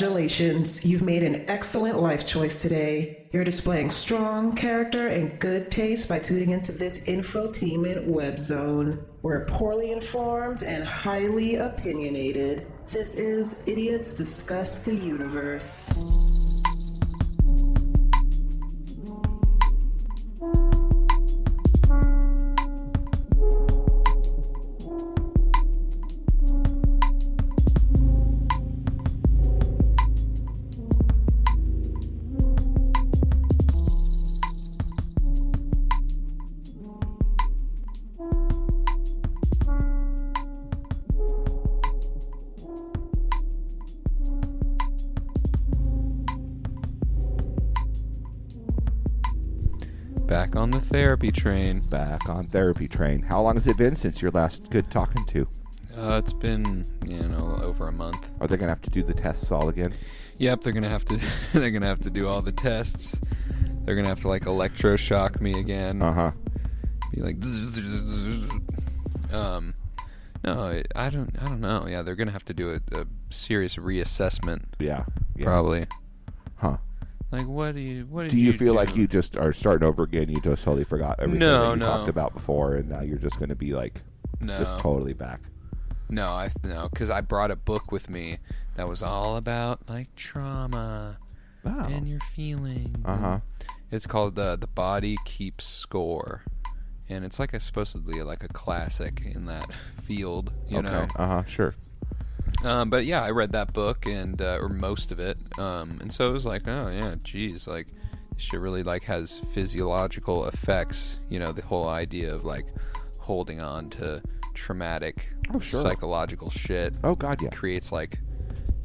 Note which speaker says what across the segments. Speaker 1: Congratulations, you've made an excellent life choice today. You're displaying strong character and good taste by tuning into this infotainment web zone. We're poorly informed and highly opinionated. This is Idiots Discuss the Universe.
Speaker 2: Back on the therapy train.
Speaker 3: Back on therapy train. How long has it been since your last good talking to?
Speaker 2: Uh, it's been, you know, over a month.
Speaker 3: Are they gonna have to do the tests all again?
Speaker 2: Yep, they're gonna have to. they're gonna have to do all the tests. They're gonna have to like electroshock me again.
Speaker 3: Uh huh.
Speaker 2: Be like, um, no, it- I don't. I don't know. Yeah, they're gonna have to do a, a serious reassessment,
Speaker 3: Yeah. yeah.
Speaker 2: probably.
Speaker 3: Huh.
Speaker 2: Like, what do you? What did
Speaker 3: Do you, feel like
Speaker 2: do?
Speaker 3: you just are starting over again? You just totally forgot everything
Speaker 2: No,
Speaker 3: that you
Speaker 2: no.
Speaker 3: talked about before, and now you're just gonna be like
Speaker 2: No,
Speaker 3: just totally back.
Speaker 2: no, I no, because I brought a book with me that was all about like trauma
Speaker 3: Wow.
Speaker 2: and your feelings.
Speaker 3: Uh huh.
Speaker 2: Oh. Uh-huh. It's called uh, "The Body Keeps Score," and it's like a supposedly like a classic in that field, you
Speaker 3: okay.
Speaker 2: know.
Speaker 3: Uh huh. Sure.
Speaker 2: Um, but yeah, I read that book and uh, or most of it, um, and so it was like, oh yeah, geez, like this shit really like has physiological effects. You know, the whole idea of like holding on to traumatic
Speaker 3: Oh, sure.
Speaker 2: psychological shit
Speaker 3: Oh God, yeah.
Speaker 2: creates like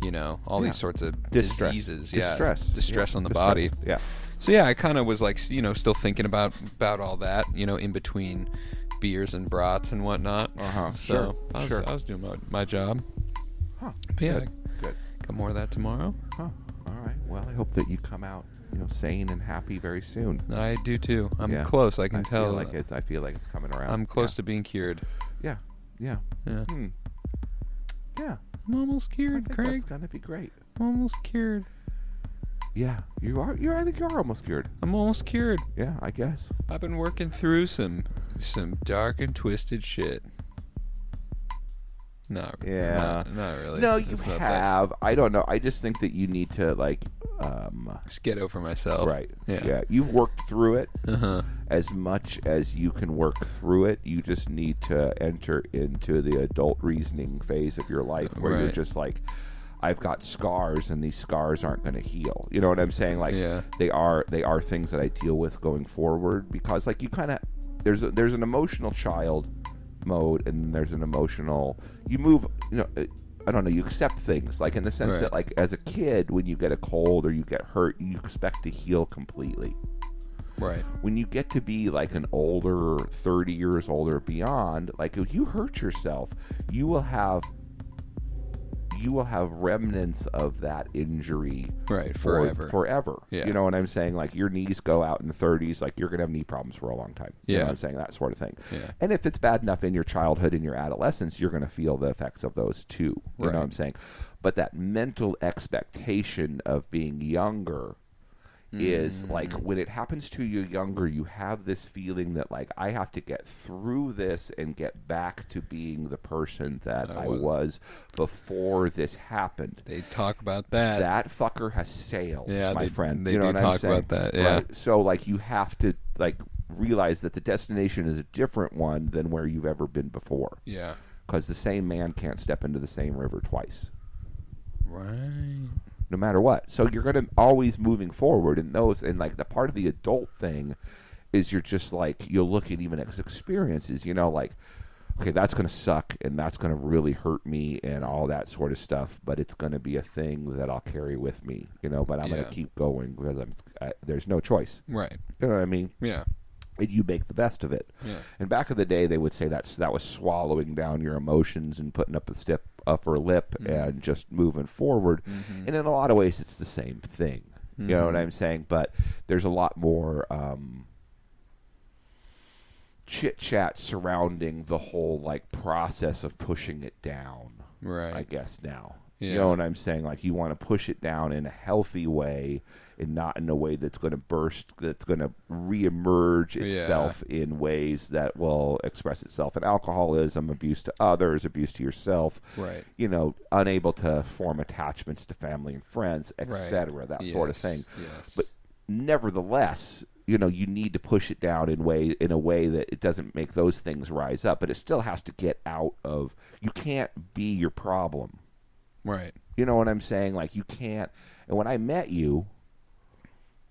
Speaker 2: you know all
Speaker 3: Yeah.
Speaker 2: these sorts of
Speaker 3: Distress.
Speaker 2: diseases, yeah,
Speaker 3: Distress.
Speaker 2: distress
Speaker 3: Yeah.
Speaker 2: on the
Speaker 3: Distress.
Speaker 2: body.
Speaker 3: Yeah.
Speaker 2: So yeah, I kind of was like, s- you know, still thinking about about all that, you know, in between beers and brats and whatnot.
Speaker 3: Uh-huh,
Speaker 2: So
Speaker 3: sure,
Speaker 2: I was,
Speaker 3: sure.
Speaker 2: I was doing my, my job.
Speaker 3: Huh.
Speaker 2: But yeah,
Speaker 3: Good. Good.
Speaker 2: got more of that tomorrow.
Speaker 3: Huh. All right. Well, I hope that you come out, you know, sane and happy very soon.
Speaker 2: I do too. I'm
Speaker 3: Yeah.
Speaker 2: close. I can tell.
Speaker 3: Feel like it's, I feel like it's coming around.
Speaker 2: I'm close
Speaker 3: yeah.
Speaker 2: to being cured.
Speaker 3: Yeah. Yeah.
Speaker 2: Yeah.
Speaker 3: Hmm. Yeah.
Speaker 2: I'm almost
Speaker 3: I
Speaker 2: cured,
Speaker 3: think
Speaker 2: Craig.
Speaker 3: that's gonna be great.
Speaker 2: I'm almost cured.
Speaker 3: Yeah. You are. You. I think you are almost cured.
Speaker 2: I'm almost cured.
Speaker 3: Yeah. I guess.
Speaker 2: I've been working through some some dark and twisted shit. No.
Speaker 3: Yeah.
Speaker 2: Not, not really.
Speaker 3: no,
Speaker 2: It's
Speaker 3: you
Speaker 2: not that-
Speaker 3: have. I don't know. I just think that you need to like. Um.
Speaker 2: Just get over myself.
Speaker 3: Right.
Speaker 2: Yeah.
Speaker 3: yeah. You've worked through it.
Speaker 2: Uh huh.
Speaker 3: as much as you can work through it. You just need to enter into the adult reasoning phase of your life where you're
Speaker 2: Right.
Speaker 3: just like, I've got scars and these scars aren't going to heal. You know what I'm saying? Like
Speaker 2: Yeah.
Speaker 3: they are they are things that I deal with going forward because like you kind of there's a, there's an emotional child mode and then there's an emotional you move you know uh, I don't know you accept things like in the sense
Speaker 2: Right.
Speaker 3: that like as a kid when you get a cold or you get hurt you expect to heal completely
Speaker 2: Right.
Speaker 3: when you get to be like an older 30 years older beyond like if you hurt yourself you will have you will have remnants of that injury
Speaker 2: Right.
Speaker 3: for-
Speaker 2: Forever.
Speaker 3: forever
Speaker 2: Yeah.
Speaker 3: you know what i'm saying like your knees go out in the 30s like you're gonna have knee problems for a long time you know
Speaker 2: Yeah.
Speaker 3: what i'm saying that sort of thing
Speaker 2: Yeah.
Speaker 3: and if it's bad enough in your childhood in your adolescence you're gonna feel the effects of those too you know
Speaker 2: Right.
Speaker 3: what i'm saying but that mental expectation of being younger is like when it happens to you younger, you have this feeling that like I have to get through this and get back to being the person that I,
Speaker 2: I
Speaker 3: was.
Speaker 2: was.
Speaker 3: before this happened.
Speaker 2: they talk about that.
Speaker 3: That fucker has sailed,
Speaker 2: Yeah,
Speaker 3: my
Speaker 2: they-
Speaker 3: friend.
Speaker 2: they
Speaker 3: you know
Speaker 2: do
Speaker 3: what I'm
Speaker 2: talk
Speaker 3: saying?
Speaker 2: about that, yeah.
Speaker 3: Right? So like you have to like realize that the destination is a different one than where you've ever been before,
Speaker 2: Yeah.
Speaker 3: because the same man can't step into the same river twice.
Speaker 2: Right.
Speaker 3: no matter what. So you're gonna always moving forward in those and like the part of the adult thing is you're just like you'll look at even ex- experiences, you know, like okay, that's gonna suck and that's gonna really hurt me and all that sort of stuff, but it's gonna be a thing that I'll carry with me, you know. But I'm
Speaker 2: Yeah.
Speaker 3: gonna keep going because I'm I, there's no choice.
Speaker 2: Right.
Speaker 3: You know what I mean?
Speaker 2: Yeah.
Speaker 3: and you make the best of it.
Speaker 2: Yeah.
Speaker 3: And back in the day, they would say that's that was swallowing down your emotions and putting up a stiff upper lip and just moving forward. And in a lot of ways, it's the same thing. You know what I'm saying? But there's a lot more um, chit chat surrounding the whole like process of pushing it down. I
Speaker 2: Right.
Speaker 3: guess now
Speaker 2: Yeah.
Speaker 3: You know what I'm saying? Like you want to push it down in a healthy way and not in a way that's going to burst, that's going to reemerge itself in ways that will express itself in alcoholism, abuse to others, abuse to yourself.
Speaker 2: Right.
Speaker 3: You know, unable to form attachments to family and friends, etc. That sort of
Speaker 2: Yes,
Speaker 3: thing.
Speaker 2: Yes.
Speaker 3: But nevertheless, you know, you need to push it down in way in a way that it doesn't make those things rise up, but it still has to get out of. You can't be your problem.
Speaker 2: right.
Speaker 3: You know what I'm saying? Like you can't. And when I met you,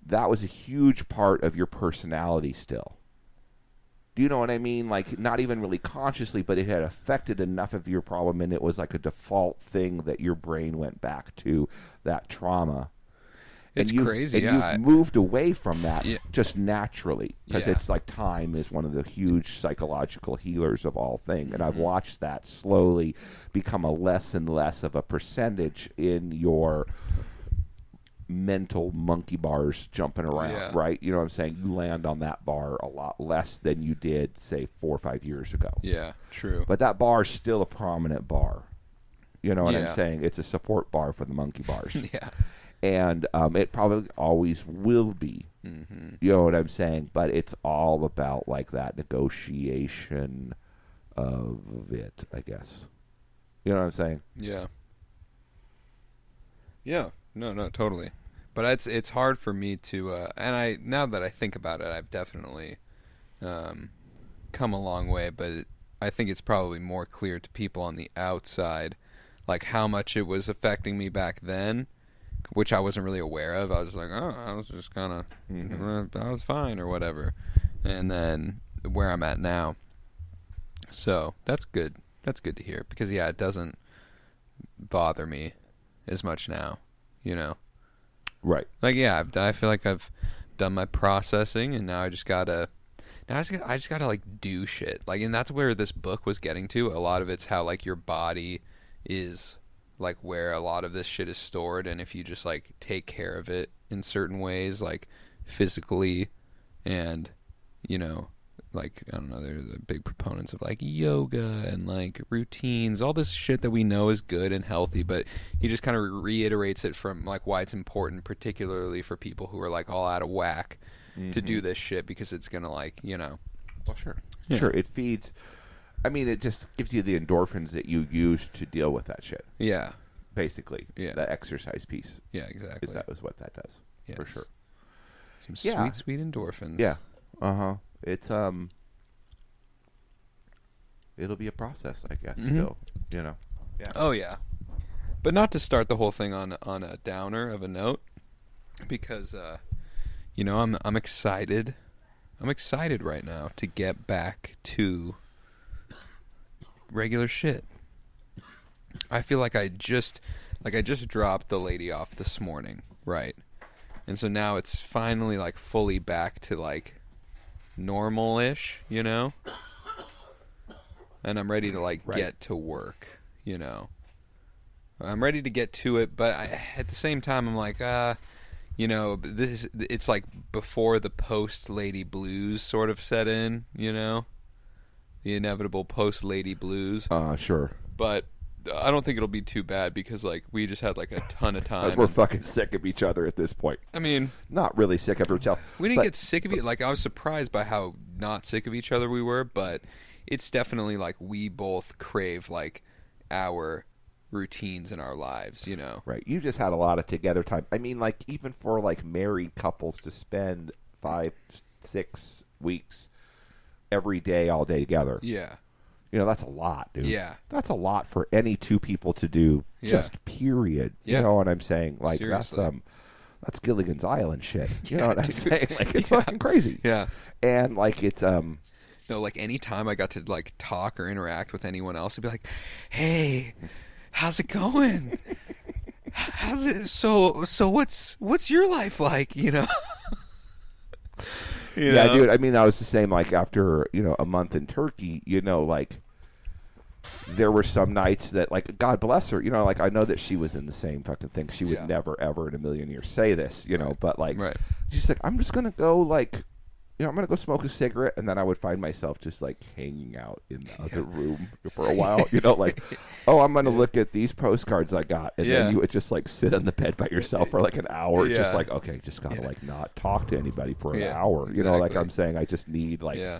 Speaker 3: that was a huge part of your personality still. Do you know what I mean? Like not even really consciously, but it had affected enough of your problem and it was like a default thing that your brain went back to that trauma.
Speaker 2: It's
Speaker 3: you've-
Speaker 2: crazy,
Speaker 3: And
Speaker 2: yeah,
Speaker 3: you've
Speaker 2: I-
Speaker 3: moved away from that
Speaker 2: Yeah.
Speaker 3: just naturally because
Speaker 2: Yeah.
Speaker 3: it's like time is one of the huge psychological healers of all things. And
Speaker 2: Mm-hmm.
Speaker 3: I've watched that slowly become a less and less of a percentage in your mental monkey bars jumping around,
Speaker 2: Yeah.
Speaker 3: right? You know what I'm saying? You land on that bar a lot less than you did, say, four or five years ago.
Speaker 2: Yeah. True.
Speaker 3: But that bar is still a prominent bar. You know what I'm
Speaker 2: Yeah.
Speaker 3: saying? It's a support bar for the monkey bars
Speaker 2: yeah.
Speaker 3: and um, it probably always will be. You know what I'm saying? But it's all about like that negotiation of it, I guess. You know what I'm saying?
Speaker 2: Yeah. Yeah. No, no, totally. But it's it's hard for me to uh and I now that I think about it, I've definitely um come a long way, but it, I think it's probably more clear to people on the outside like how much it was affecting me back then, which I wasn't really aware of. I was like, "Oh, I was just kind of I was fine or whatever." And then where I'm at now. So, that's good. That's good to hear because yeah, it doesn't bother me as much now. You know,
Speaker 3: Right.
Speaker 2: like yeah, I've, I feel like I've done my processing, and now I just gotta. Now I just gotta, I just gotta like do shit. Like, and that's where this book was getting to. A lot of it's how like your body is like where a lot of this shit is stored, and if you just like take care of it in certain ways, like physically, and you know. Like I don't know, they're the big proponents of like yoga and like routines, all this shit that we know is good and healthy, but he just kind of reiterates it from like why it's important, particularly for people who are like all out of whack, to do
Speaker 3: Mm-hmm.
Speaker 2: this shit because it's gonna like you know
Speaker 3: Well, sure.
Speaker 2: Yeah.
Speaker 3: Sure. It feeds. I mean, it just gives you the endorphins that you use to deal with that shit.
Speaker 2: yeah
Speaker 3: Basically,
Speaker 2: Yeah.
Speaker 3: that exercise piece
Speaker 2: yeah exactly
Speaker 3: is that is what that does for
Speaker 2: Yes.
Speaker 3: sure.
Speaker 2: some
Speaker 3: Yeah.
Speaker 2: sweet sweet endorphins
Speaker 3: Yeah. Uh huh. It's um. It'll be a process, I guess. Still, you know. Yeah.
Speaker 2: oh yeah but not to start the whole thing on on a downer of a note because uh you know I'm I'm excited I'm excited right now to get back to regular shit I feel like I just like I just dropped the lady off this morning, right? And so now it's finally like fully back to like normal-ish, you know? And I'm ready to like
Speaker 3: Right.
Speaker 2: get to work, you know. I'm ready to get to it, but I, at the same time I'm like uh you know, this is it's like before the post lady blues sort of set in, you know? The inevitable post lady blues
Speaker 3: Uh, sure.
Speaker 2: but I don't think it'll be too bad because like we just had like a ton of
Speaker 3: Because
Speaker 2: time.
Speaker 3: we're fucking sick of each other at this point.
Speaker 2: I mean,
Speaker 3: Not really sick of each other.
Speaker 2: we didn't
Speaker 3: but-
Speaker 2: get sick of it. Like I was surprised by how not sick of each other we were, but it's definitely like we both crave like our routines in our lives, you know.
Speaker 3: right. You just had a lot of together time. I mean, like even for like married couples to spend five, six weeks every day, all day together.
Speaker 2: Yeah.
Speaker 3: You know, that's a lot, dude.
Speaker 2: Yeah.
Speaker 3: That's a lot for any two people to do.
Speaker 2: Yeah.
Speaker 3: Just period.
Speaker 2: Yeah.
Speaker 3: You know what I'm saying? Like
Speaker 2: Seriously.
Speaker 3: that's um that's Gilligan's Island shit. You know what I'm
Speaker 2: dude.
Speaker 3: saying? Like it's fucking crazy.
Speaker 2: Yeah.
Speaker 3: And like it's um
Speaker 2: No, like any time I got to like talk or interact with anyone else, it'd be like, "Hey, how's it going? How's it? So, so what's what's your life like? You know? You
Speaker 3: yeah,
Speaker 2: know?
Speaker 3: dude. I mean, I was the same. Like after you know a month in Turkey, you know, like there were some nights that, like, God bless her. You know, like I know that she was in the same fucking thing. She would
Speaker 2: Yeah.
Speaker 3: never, ever in a million years say this. You know, but like,
Speaker 2: Right.
Speaker 3: she's like, I'm just gonna go like you know, I'm gonna go smoke a cigarette, and then I would find myself just like hanging out in the other room for a while. You know, like, oh, I'm gonna look at these postcards I got, and
Speaker 2: Yeah.
Speaker 3: then you would just like sit on the bed by yourself for like an hour, just
Speaker 2: Yeah.
Speaker 3: like, okay, just gotta
Speaker 2: Yeah.
Speaker 3: like not talk to anybody for an
Speaker 2: Yeah,
Speaker 3: hour. You know, like
Speaker 2: exactly.
Speaker 3: I'm saying, I just need like
Speaker 2: yeah.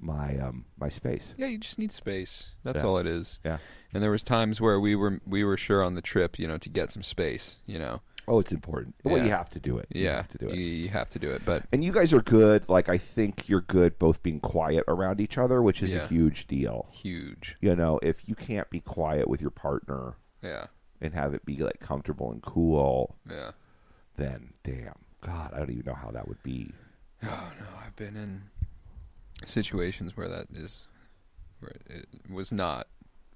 Speaker 3: my um my space.
Speaker 2: Yeah, you just need space. That's
Speaker 3: Yeah.
Speaker 2: all it is.
Speaker 3: Yeah.
Speaker 2: And there was times where we were we were sure on the trip, you know, to get some space, you know.
Speaker 3: Oh, it's important. Well,
Speaker 2: Yeah.
Speaker 3: you have to do it. you
Speaker 2: Yeah.
Speaker 3: have to do it.
Speaker 2: You, you have to do it, but
Speaker 3: and you guys are good. Like I think you're good both being quiet around each other, which is
Speaker 2: Yeah.
Speaker 3: a huge deal.
Speaker 2: huge.
Speaker 3: You know, if you can't be quiet with your partner
Speaker 2: Yeah.
Speaker 3: and have it be like comfortable and cool,
Speaker 2: Yeah.
Speaker 3: then damn, God, I don't even know how that would be.
Speaker 2: Oh no, I've been in situations where that is where it was not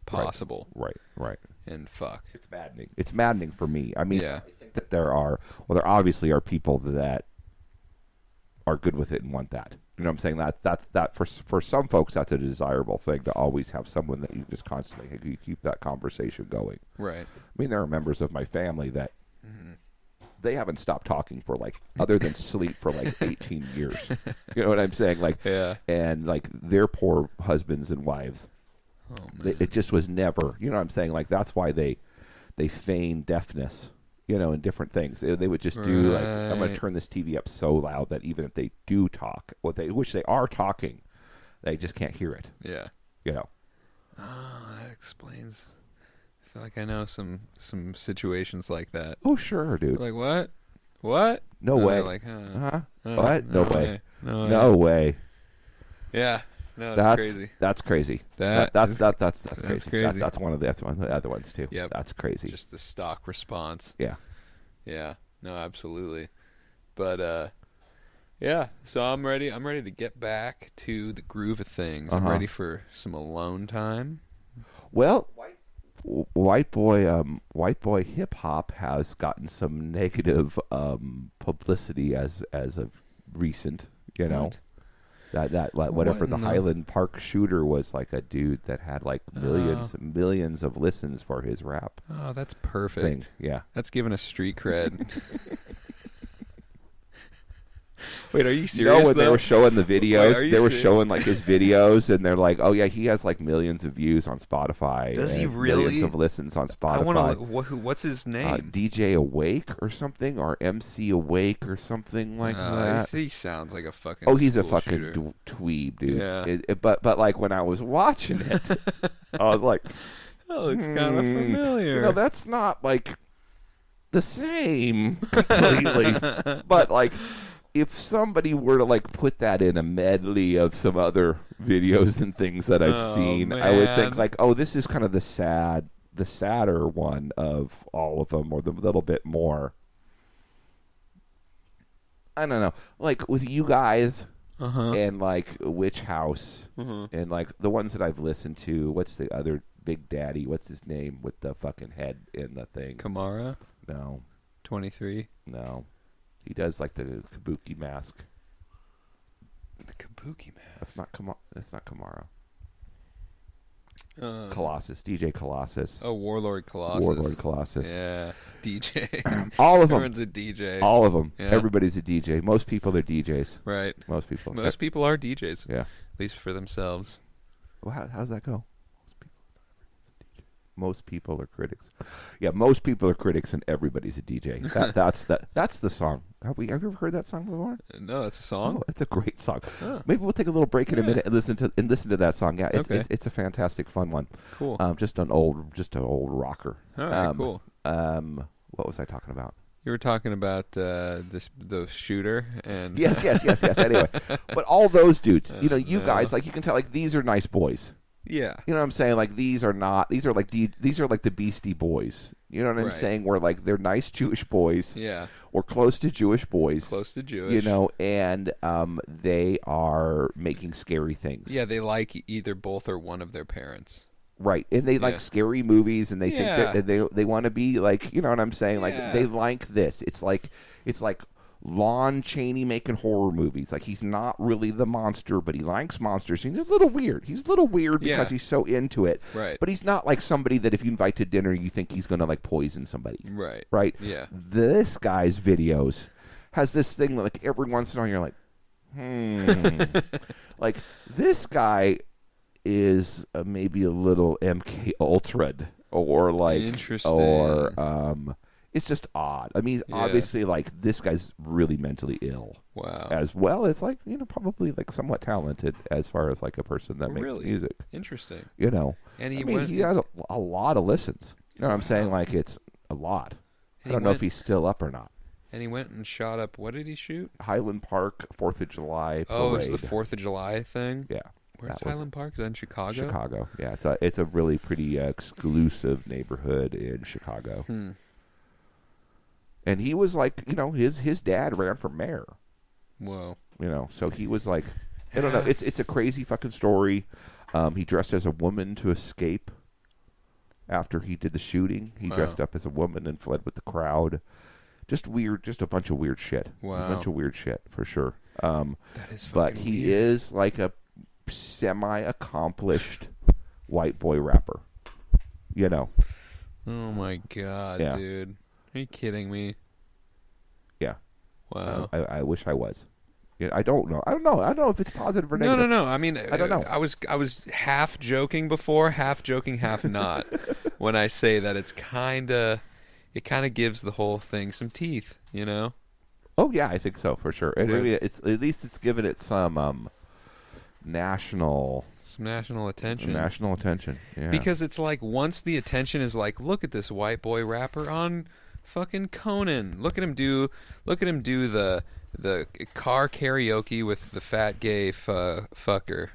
Speaker 2: possible
Speaker 3: Right, right.
Speaker 2: and fuck.
Speaker 3: It's maddening. It's maddening for me. I mean,
Speaker 2: Yeah.
Speaker 3: I think that there are well, there obviously are people that are good with it and want that. You know what I'm saying? That that's that for for some folks that's a desirable thing to always have someone that you just constantly you keep that conversation going.
Speaker 2: Right.
Speaker 3: I mean, there are members of my family that Mm-hmm. they haven't stopped talking for like, other than sleep, for like 18 years. You know what I'm saying? Like,
Speaker 2: Yeah.
Speaker 3: and like their poor husbands and wives,
Speaker 2: Oh man.
Speaker 3: they, it just was never. You know what I'm saying? Like that's why they they feign deafness. You know, and different things. They, they would just do like, I'm going
Speaker 2: Right.
Speaker 3: to turn this TV up so loud that even if they do talk, what they which they are talking, they just can't hear it.
Speaker 2: yeah.
Speaker 3: You know.
Speaker 2: Oh, that explains. I feel like I know some some situations like that.
Speaker 3: Oh sure, dude.
Speaker 2: Like what? What?
Speaker 3: No
Speaker 2: And they're
Speaker 3: way. Ah.
Speaker 2: Like huh?
Speaker 3: huh?
Speaker 2: uh,
Speaker 3: "Uh-huh. what? No, way.
Speaker 2: No.
Speaker 3: No way.
Speaker 2: Yeah. No, it's
Speaker 3: that's
Speaker 2: crazy.
Speaker 3: That's crazy.
Speaker 2: That
Speaker 3: That, that's
Speaker 2: is-
Speaker 3: that, that's that's
Speaker 2: that's
Speaker 3: crazy. That-
Speaker 2: crazy.
Speaker 3: that's one of the that's one of the other ones too.
Speaker 2: Yep.
Speaker 3: that's crazy.
Speaker 2: Just the stock response.
Speaker 3: yeah,
Speaker 2: Yeah. No, absolutely. But uh yeah, so I'm ready. I'm ready to get back to the groove of things. I'm
Speaker 3: Uh-huh.
Speaker 2: ready for some alone time.
Speaker 3: Well, w- white boy, um, white boy hip hop has gotten some negative um, publicity as as of recent. You know,
Speaker 2: What?
Speaker 3: that that like,
Speaker 2: What
Speaker 3: whatever the
Speaker 2: in the-
Speaker 3: Highland Park shooter was like a dude that had like millions and millions of listens for his rap
Speaker 2: Oh, that's perfect.
Speaker 3: thing. Yeah.
Speaker 2: That's giving us street cred. Wait, are you serious?
Speaker 3: no, when they
Speaker 2: though?
Speaker 3: were showing the videos,
Speaker 2: are you
Speaker 3: they were
Speaker 2: serious?
Speaker 3: showing like his videos, and they're like, "Oh yeah, he has like millions of views on Spotify.
Speaker 2: Does he
Speaker 3: and
Speaker 2: really?
Speaker 3: Millions of listens on
Speaker 2: I
Speaker 3: Spotify.
Speaker 2: want to. Wh- who- what's his name?
Speaker 3: uh, DJ Awake or something, or MC Awake or something like
Speaker 2: Uh,
Speaker 3: that.
Speaker 2: he's- He sounds like a fucking.
Speaker 3: Oh, he's a
Speaker 2: school
Speaker 3: fucking
Speaker 2: shooter.
Speaker 3: d- tweeb, dude.
Speaker 2: Yeah.
Speaker 3: It- it- but but like when I was watching it, I was like,
Speaker 2: That looks kind of
Speaker 3: "Hmm,
Speaker 2: familiar.
Speaker 3: You know, that's not like the same completely. but like, if somebody were to like put that in a medley of some other videos and things that I've
Speaker 2: Oh,
Speaker 3: seen, I would think
Speaker 2: man.
Speaker 3: like, oh, this is kind of the sad, the sadder one of all of them, or the little bit more. I don't know, like with you guys
Speaker 2: uh-huh.
Speaker 3: and like Witch House
Speaker 2: Mhm.
Speaker 3: and like the ones that I've listened to. What's the other Big Daddy? What's his name with the fucking head in the thing?
Speaker 2: Kamara,
Speaker 3: No,
Speaker 2: twenty three.
Speaker 3: no, he does like the Kabuki mask.
Speaker 2: The Kabuki man.
Speaker 3: That's not Kamara. That's not Kamara.
Speaker 2: Uh,
Speaker 3: Colossus, DJ Colossus,
Speaker 2: oh, Warlord Colossus.
Speaker 3: Warlord Colossus.
Speaker 2: Yeah, DJ.
Speaker 3: All of them.
Speaker 2: Everyone's a DJ.
Speaker 3: All of them.
Speaker 2: Yeah.
Speaker 3: Everybody's a DJ. Most people are DJs.
Speaker 2: right.
Speaker 3: Most people.
Speaker 2: Most people are DJs,
Speaker 3: yeah.
Speaker 2: at least for themselves.
Speaker 3: Well, how, how's that go? Most people are critics. Yeah, most people are critics, and everybody's a DJ. That, that's that. That's the song. Have we? Have you ever heard that song before?
Speaker 2: No, that's a song.
Speaker 3: Oh, it's a great song.
Speaker 2: Oh.
Speaker 3: Maybe we'll take a little break in a
Speaker 2: Yeah.
Speaker 3: minute and listen to and listen to that song. Yeah, it's
Speaker 2: Okay.
Speaker 3: it's, it's a fantastic, fun one.
Speaker 2: Cool.
Speaker 3: Um, just an old, just an old rocker.
Speaker 2: All right,
Speaker 3: um,
Speaker 2: cool.
Speaker 3: Um, what was I talking about?
Speaker 2: You were talking about uh, this the shooter and
Speaker 3: Yes, yes, yes, yes. Anyway, but all those dudes, you know, you
Speaker 2: Uh, Yeah.
Speaker 3: guys, like you can tell, like these are nice boys.
Speaker 2: yeah,
Speaker 3: You know what I'm saying? Like these are not these are like the, these are like the Beastie Boys. You know what I'm
Speaker 2: Right.
Speaker 3: saying? Where like they're nice Jewish boys
Speaker 2: yeah,
Speaker 3: or close to Jewish boys.
Speaker 2: close to Jewish.
Speaker 3: You know, and um, they are making scary things.
Speaker 2: Yeah, they like e, either both or one of their parents.
Speaker 3: Right. And they like
Speaker 2: Yeah.
Speaker 3: scary movies and they
Speaker 2: Yeah.
Speaker 3: think that they they want to be like, you know what I'm saying? Like
Speaker 2: Yeah.
Speaker 3: they like this. It's like it's like Lon Chaney making horror movies. Like he's not really the monster, but he likes monsters. He's a little weird. He's a little weird because
Speaker 2: Yeah.
Speaker 3: he's so into it.
Speaker 2: Right.
Speaker 3: But he's not like somebody that if you invite to dinner, you think he's going to like poison somebody.
Speaker 2: Right.
Speaker 3: Right.
Speaker 2: Yeah.
Speaker 3: This guy's videos has this thing like every once in a while you're like, hmm. like this guy is uh, maybe a little MK Ultra or like
Speaker 2: Interesting.
Speaker 3: or um it's just odd. I mean,
Speaker 2: Yeah.
Speaker 3: obviously like this guy's really mentally ill
Speaker 2: Wow.
Speaker 3: as well as like, you know, probably like somewhat talented as far as like a person that makes
Speaker 2: Really?
Speaker 3: music,
Speaker 2: Interesting.
Speaker 3: you know.
Speaker 2: And he
Speaker 3: I mean,
Speaker 2: went-
Speaker 3: he got a, a lot of listens. You know what I'm saying? Like it's a lot.
Speaker 2: And
Speaker 3: I
Speaker 2: he
Speaker 3: don't know if
Speaker 2: went-
Speaker 3: he's still up or not.
Speaker 2: And he went and shot up. What did he shoot?
Speaker 3: Highland Park, Fourth of July parade.
Speaker 2: Oh, it was the Fourth of July thing.
Speaker 3: Yeah,
Speaker 2: Where's
Speaker 3: that was-
Speaker 2: Highland Park? Is that in Chicago?
Speaker 3: Chicago. Yeah, it's a it's a really pretty uh, exclusive neighborhood in Chicago.
Speaker 2: Hmm.
Speaker 3: And he was like, you know, his his dad ran for mayor.
Speaker 2: Whoa.
Speaker 3: You know, so he was like, I don't know. It's it's a crazy fucking story. Um, he dressed as a woman to escape. After he did the shooting, he
Speaker 2: Wow.
Speaker 3: dressed up as a woman and fled with the crowd. Just weird, just a bunch of weird shit.
Speaker 2: Wow.
Speaker 3: a bunch of weird shit for sure. Um,
Speaker 2: That is fucking
Speaker 3: but he
Speaker 2: weird.
Speaker 3: is like a semi-accomplished white boy rapper. You know,
Speaker 2: Oh my god,
Speaker 3: Yeah.
Speaker 2: dude. Are you kidding me?
Speaker 3: yeah.
Speaker 2: Wow.
Speaker 3: I, I wish I was. Yeah, I don't know. I don't know. I don't know if it's positive or
Speaker 2: no,
Speaker 3: negative.
Speaker 2: no, no. I mean, I
Speaker 3: don't know.
Speaker 2: I was, I was half joking before, half joking, half not. when I say that, it's kind of, it kind of gives the whole thing some teeth, you know?
Speaker 3: Oh yeah, I think so for sure. And, I
Speaker 2: Right.
Speaker 3: mean, it's at least it's given it some um, national
Speaker 2: Some national attention.
Speaker 3: national attention. Yeah.
Speaker 2: Because it's like once the attention is like, look at this white boy rapper on fucking Conan. Look at him do, look at him do the the car karaoke with the fat gay f- fucker,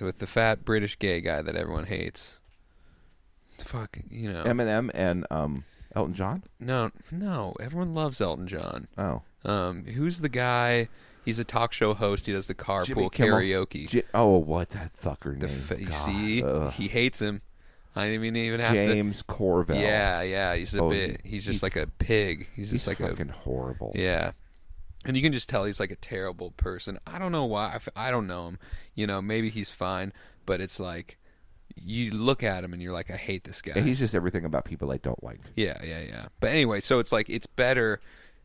Speaker 2: with the fat British gay guy that everyone hates. Fuck, you know.
Speaker 3: Eminem and um, Elton John.
Speaker 2: no, no, everyone loves Elton John.
Speaker 3: Oh,
Speaker 2: Um, who's the guy? He's a talk show host. He does the
Speaker 3: Jimmy
Speaker 2: carpool
Speaker 3: Kimmel.
Speaker 2: karaoke.
Speaker 3: Ji- oh, what that fucker
Speaker 2: the
Speaker 3: name?
Speaker 2: fa- you
Speaker 3: God,
Speaker 2: see,
Speaker 3: ugh.
Speaker 2: he hates him. I didn't even even have to.
Speaker 3: James Corvell.
Speaker 2: Yeah, yeah. He's a
Speaker 3: Oh,
Speaker 2: bit.
Speaker 3: he-
Speaker 2: He's
Speaker 3: he's-
Speaker 2: just like a pig. He's
Speaker 3: he's
Speaker 2: just like
Speaker 3: fucking
Speaker 2: a
Speaker 3: horrible.
Speaker 2: yeah. And you can just tell he's like a terrible person. I don't know why. I f- I don't know him. You know, maybe he's fine, but it's like you look at him and you're like, I hate this guy.
Speaker 3: And he's just everything about people I don't like.
Speaker 2: Yeah, yeah, yeah. But anyway, so it's like it's better.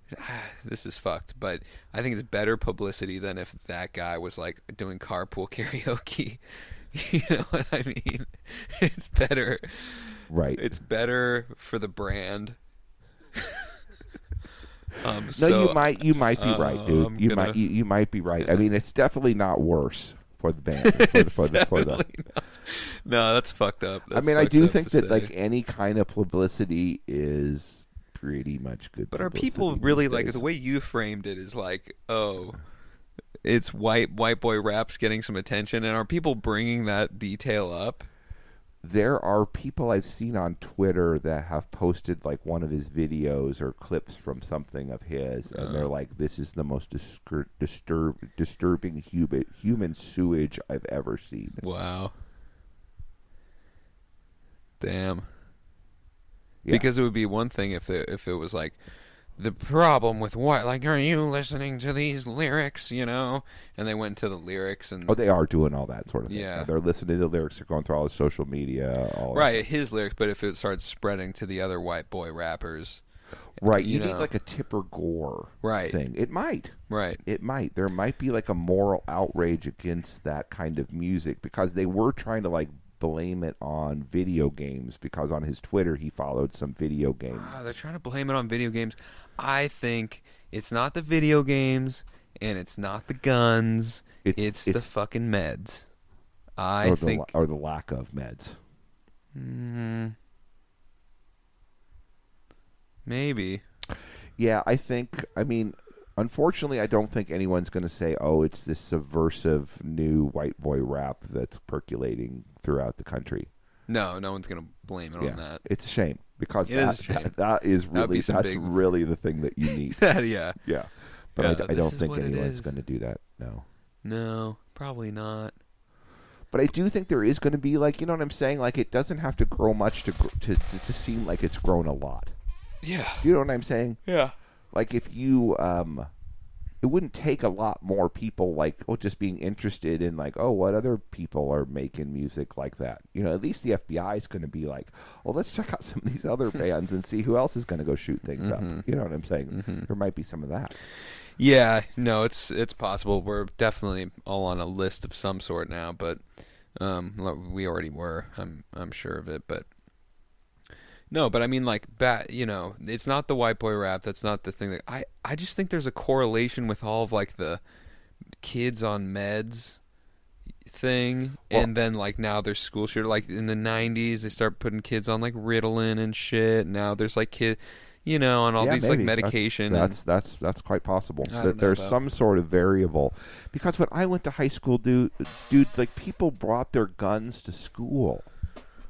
Speaker 2: This is fucked, but I think it's better publicity than if that guy was like doing carpool karaoke. you know what I mean? It's better.
Speaker 3: Right.
Speaker 2: It's better for the brand. um,
Speaker 3: No,
Speaker 2: so uh,
Speaker 3: you might you might be right, dude.
Speaker 2: I'm
Speaker 3: you
Speaker 2: gonna-
Speaker 3: might you, you might be right. I mean, it's definitely not worse for the band. For the, for the, for the,
Speaker 2: No, that's fucked up.
Speaker 3: I
Speaker 2: That's
Speaker 3: mean, I
Speaker 2: fucked
Speaker 3: do
Speaker 2: up
Speaker 3: think
Speaker 2: to
Speaker 3: that
Speaker 2: say.
Speaker 3: like any kind of publicity is pretty much good.
Speaker 2: But are people
Speaker 3: publicity
Speaker 2: really
Speaker 3: these
Speaker 2: like
Speaker 3: days.
Speaker 2: the way you framed it is like, oh, it's white white boy raps getting some attention, and are people bringing that detail up?
Speaker 3: There are people I've seen on Twitter that have posted like one of his videos or clips from something of his, and
Speaker 2: Uh-huh.
Speaker 3: they're like, "This is the most discur- disturb disturbing human human sewage I've ever seen."
Speaker 2: Wow. Damn.
Speaker 3: Yeah.
Speaker 2: Because it would be one thing if it, if it was like the problem with what like are you listening to these lyrics you know and they went to the lyrics and
Speaker 3: Oh, they are doing all that sort of thing.
Speaker 2: Yeah.
Speaker 3: they're listening to the lyrics. They're going through all the social media. All
Speaker 2: right his lyrics but if it starts spreading to the other white boy rappers
Speaker 3: right. You,
Speaker 2: You
Speaker 3: need
Speaker 2: know.
Speaker 3: like a Tipper Gore
Speaker 2: Right.
Speaker 3: thing. It might.
Speaker 2: right
Speaker 3: It might. There might be like a moral outrage against that kind of music because they were trying to like blame it on video games because on his Twitter he followed some video game.
Speaker 2: Ah, they're trying to blame it on video games. I think it's not the video games and it's not the guns.
Speaker 3: It's-
Speaker 2: It's, the
Speaker 3: it's-
Speaker 2: fucking meds. I
Speaker 3: or the,
Speaker 2: think.
Speaker 3: or the lack of meds.
Speaker 2: Mm, maybe.
Speaker 3: Yeah, I think. I mean, unfortunately, I don't think anyone's going to say, "Oh, it's this subversive new white boy rap that's percolating throughout the country."
Speaker 2: No, no one's going to blame it
Speaker 3: yeah,
Speaker 2: on that.
Speaker 3: it's a shame because
Speaker 2: It
Speaker 3: that,
Speaker 2: is a shame.
Speaker 3: that- that is
Speaker 2: be
Speaker 3: really
Speaker 2: some
Speaker 3: that's
Speaker 2: big-
Speaker 3: really the thing that you need.
Speaker 2: that. Yeah.
Speaker 3: yeah, but I
Speaker 2: Yeah,
Speaker 3: d- I,
Speaker 2: this
Speaker 3: don't
Speaker 2: is
Speaker 3: think
Speaker 2: what it
Speaker 3: anyone's
Speaker 2: is.
Speaker 3: going to do that. No.
Speaker 2: No, probably not.
Speaker 3: But I do think there is going to be like you know what I'm saying. Like it doesn't have to grow much to gr- to to, to seem like it's grown a lot.
Speaker 2: Yeah.
Speaker 3: Do you know what I'm saying?
Speaker 2: Yeah.
Speaker 3: Like if you um, it wouldn't take a lot more people like oh just being interested in like oh what other people are making music like that you know at least the fbi is going to be like well let's check out some of these other bands and see who else is going to go shoot things
Speaker 2: Mm-hmm.
Speaker 3: up you know what i'm saying there might be some of that
Speaker 2: Yeah, no, it's it's possible. We're definitely all on a list of some sort now, but um, well, we already were. I'm I'm sure of it, but no, but I mean, like bat, you know, it's not the white boy rap. That's not the thing. That, I I just think there's a correlation with all of like the kids on meds thing, and then like now there's school shooter. Like in the '90s, they start putting kids on like Ritalin and shit. Now there's like kid, you know, and all
Speaker 3: Yeah,
Speaker 2: these like
Speaker 3: maybe. That's-
Speaker 2: medication. and-
Speaker 3: That's that's that's, quite possible.
Speaker 2: I don't
Speaker 3: That
Speaker 2: know
Speaker 3: there's
Speaker 2: about-
Speaker 3: some sort of variable, because when I went to high school, dude, dude, like people brought their guns to school.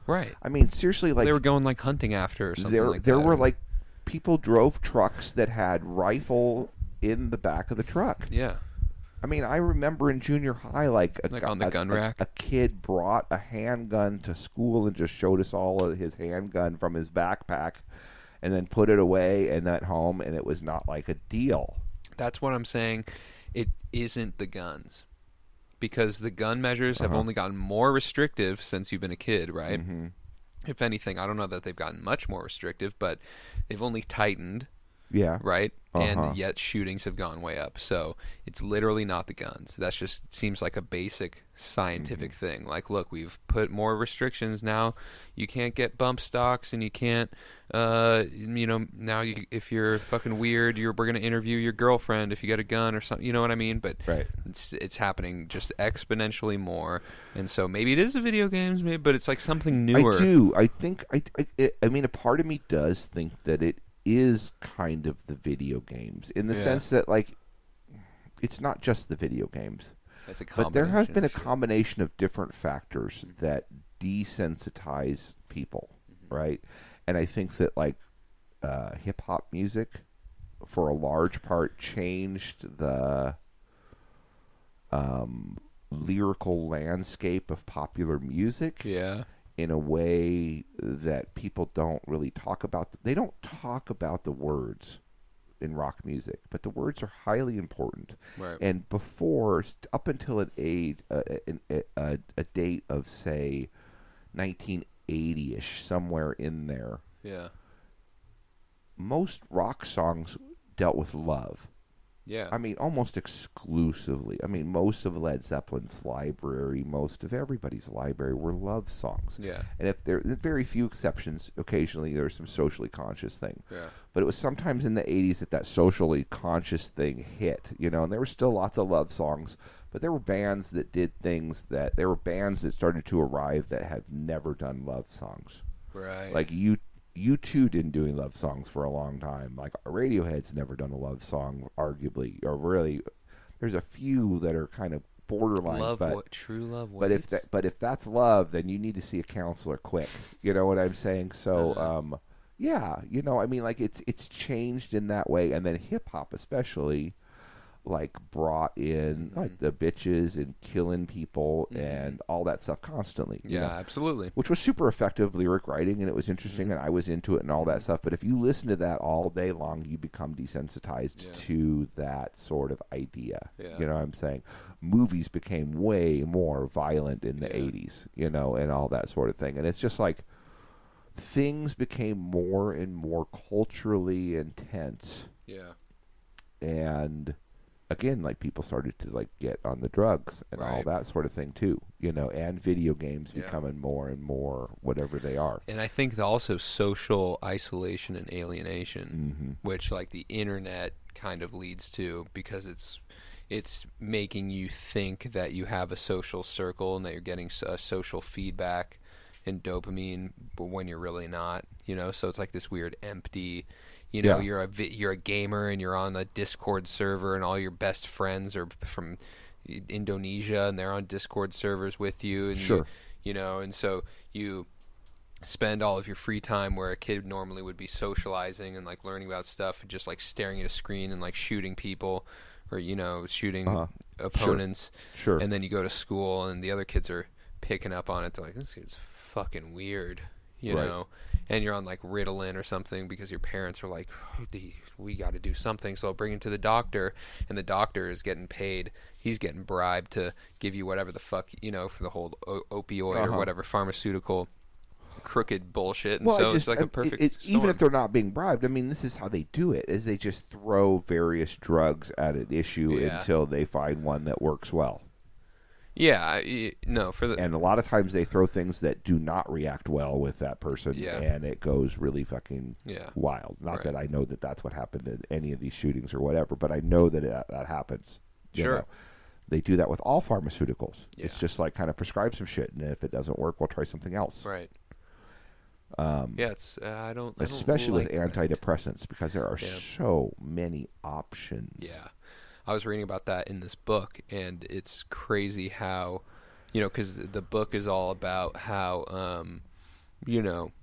Speaker 2: right.
Speaker 3: I mean, seriously, like
Speaker 2: they were going like hunting after or something
Speaker 3: there
Speaker 2: like
Speaker 3: there
Speaker 2: that.
Speaker 3: were like people drove trucks that had rifle in the back of the truck.
Speaker 2: yeah
Speaker 3: I mean, I remember in junior high, like a,
Speaker 2: Like
Speaker 3: gu-
Speaker 2: on the
Speaker 3: a-
Speaker 2: gun
Speaker 3: a-
Speaker 2: rack?
Speaker 3: a kid brought a handgun to school and just showed us all of his handgun from his backpack, and then put it away and went home, and it was not like a deal.
Speaker 2: that's what i'm saying it isn't the guns because the gun measures
Speaker 3: Uh-huh.
Speaker 2: have only gotten more restrictive since you've been a kid right
Speaker 3: Mm-hmm.
Speaker 2: if anything i don't know that they've gotten much more restrictive but they've only tightened
Speaker 3: Yeah.
Speaker 2: right
Speaker 3: Uh-huh.
Speaker 2: and yet shootings have gone way up so it's literally not the guns that's just seems like a basic scientific
Speaker 3: Mm-hmm.
Speaker 2: thing like look we've put more restrictions now you can't get bump stocks and you can't uh you know now you if you're fucking weird you're we're gonna interview your girlfriend if you got a gun or something you know what i mean but
Speaker 3: Right.
Speaker 2: it's it's happening just exponentially more and so maybe it is the video games maybe but it's like something newer
Speaker 3: I do. I think. I. I, it- I mean, a part of me does think that it is kind of the video games in the
Speaker 2: Yeah.
Speaker 3: sense that like it's not just the video games,
Speaker 2: it's a
Speaker 3: but there have been a
Speaker 2: combination Mm-hmm.
Speaker 3: combination of different factors that desensitize people, right? And I think that like uh, hip hop music, for a large part, changed the um, lyrical landscape of popular music
Speaker 2: of shit. yeah
Speaker 3: in a way that people don't really talk about. They don't talk about the words in rock music, but the words are highly important.
Speaker 2: Right.
Speaker 3: And before, up until an age, uh, an- a, a, a date of say 1980ish, somewhere in there,
Speaker 2: yeah
Speaker 3: most rock songs dealt with love.
Speaker 2: yeah
Speaker 3: I mean, almost exclusively. I mean, most of Led Zeppelin's library, most of everybody's library were love songs.
Speaker 2: Yeah.
Speaker 3: And if there, there are very few exceptions, occasionally there's some socially conscious thing.
Speaker 2: Yeah.
Speaker 3: But it was sometimes in the 80s that that socially conscious thing hit, you know, and there were still lots of love songs, but there were bands that did things that, there were bands that started to arrive that have never done love songs
Speaker 2: right
Speaker 3: like you you two didn't doing love songs for a long time like radiohead's never done a love song arguably or really there's a few that are kind of borderline
Speaker 2: love
Speaker 3: but
Speaker 2: what true love
Speaker 3: but if
Speaker 2: waits.
Speaker 3: that but if that's love then you need to see a counselor quick you know what i'm saying so
Speaker 2: Uh-huh.
Speaker 3: um yeah you know i mean like it's it's changed in that way and then hip hop especially like brought in
Speaker 2: Mm-hmm.
Speaker 3: like the bitches and killing people and all that stuff constantly you
Speaker 2: yeah
Speaker 3: know?
Speaker 2: absolutely
Speaker 3: which was super effective lyric writing and it was
Speaker 2: Mm-hmm.
Speaker 3: interesting and I was into it and all that stuff. But if you listen to that all day long, you become desensitized
Speaker 2: Yeah.
Speaker 3: to that sort of idea.
Speaker 2: Yeah.
Speaker 3: You know what I'm saying? Movies became way more violent in the
Speaker 2: Yeah.
Speaker 3: 80s, you know, and all that sort of thing. And it's just like things became more and more culturally intense
Speaker 2: yeah
Speaker 3: and again like people started to like get on the drugs and all
Speaker 2: Right.
Speaker 3: that sort of thing too you know and video games
Speaker 2: Yeah.
Speaker 3: becoming more and more whatever they are
Speaker 2: and i think also social isolation and
Speaker 3: Mm-hmm.
Speaker 2: alienation which like the internet kind of leads to because it's it's making you think that you have a social circle and that you're getting s- uh, social feedback and dopamine but when you're really not you know so it's like this weird empty you know
Speaker 3: Yeah.
Speaker 2: you're a vi- you're a gamer and you're on a discord server and all your best friends are from Indonesia and they're on discord servers with you and you,
Speaker 3: Sure.
Speaker 2: you know and so you spend all of your free time where a kid normally would be socializing and like learning about stuff and just like staring at a screen and like shooting people or you know shooting
Speaker 3: Uh-huh.
Speaker 2: opponents
Speaker 3: Sure.
Speaker 2: and then you go to school and the other kids are picking up on it they're like this kid's fucking weird you
Speaker 3: Right.
Speaker 2: know and you're on like Ritalin or something because your parents are like, "Oh, the- we got to do something. So I'll bring you to the doctor, and the doctor is getting paid. He's getting bribed to give you whatever the fuck you know for the whole o- opioid
Speaker 3: Uh-huh.
Speaker 2: or whatever pharmaceutical crooked bullshit. And
Speaker 3: Well, I
Speaker 2: so
Speaker 3: just-
Speaker 2: it's like
Speaker 3: I-
Speaker 2: a
Speaker 3: it-
Speaker 2: perfect
Speaker 3: it- even
Speaker 2: storm.
Speaker 3: if they're not being bribed, I mean, this is how they do it: is they just throw various drugs at an issue
Speaker 2: Yeah.
Speaker 3: until they find one that works well.
Speaker 2: yeah, I- y- no, for the
Speaker 3: And a lot of times they throw things that do not react well with that person,
Speaker 2: Yeah.
Speaker 3: and it goes really fucking
Speaker 2: Yeah.
Speaker 3: wild. Not
Speaker 2: Right.
Speaker 3: that I know that that's what happened in any of these shootings or whatever, but I know that it, uh, that happens. you
Speaker 2: Sure.
Speaker 3: know. They do that with all pharmaceuticals. It's
Speaker 2: Yeah.
Speaker 3: just like kind of prescribe some shit, and if it doesn't work, we'll try something else.
Speaker 2: right. Um, yeah, it's uh, I don't I don't
Speaker 3: especially
Speaker 2: like that.
Speaker 3: with antidepressants because there are so many options.
Speaker 2: Yeah. I was reading about that in this book, and it's crazy how, you know, because the book is all about how, um, you know,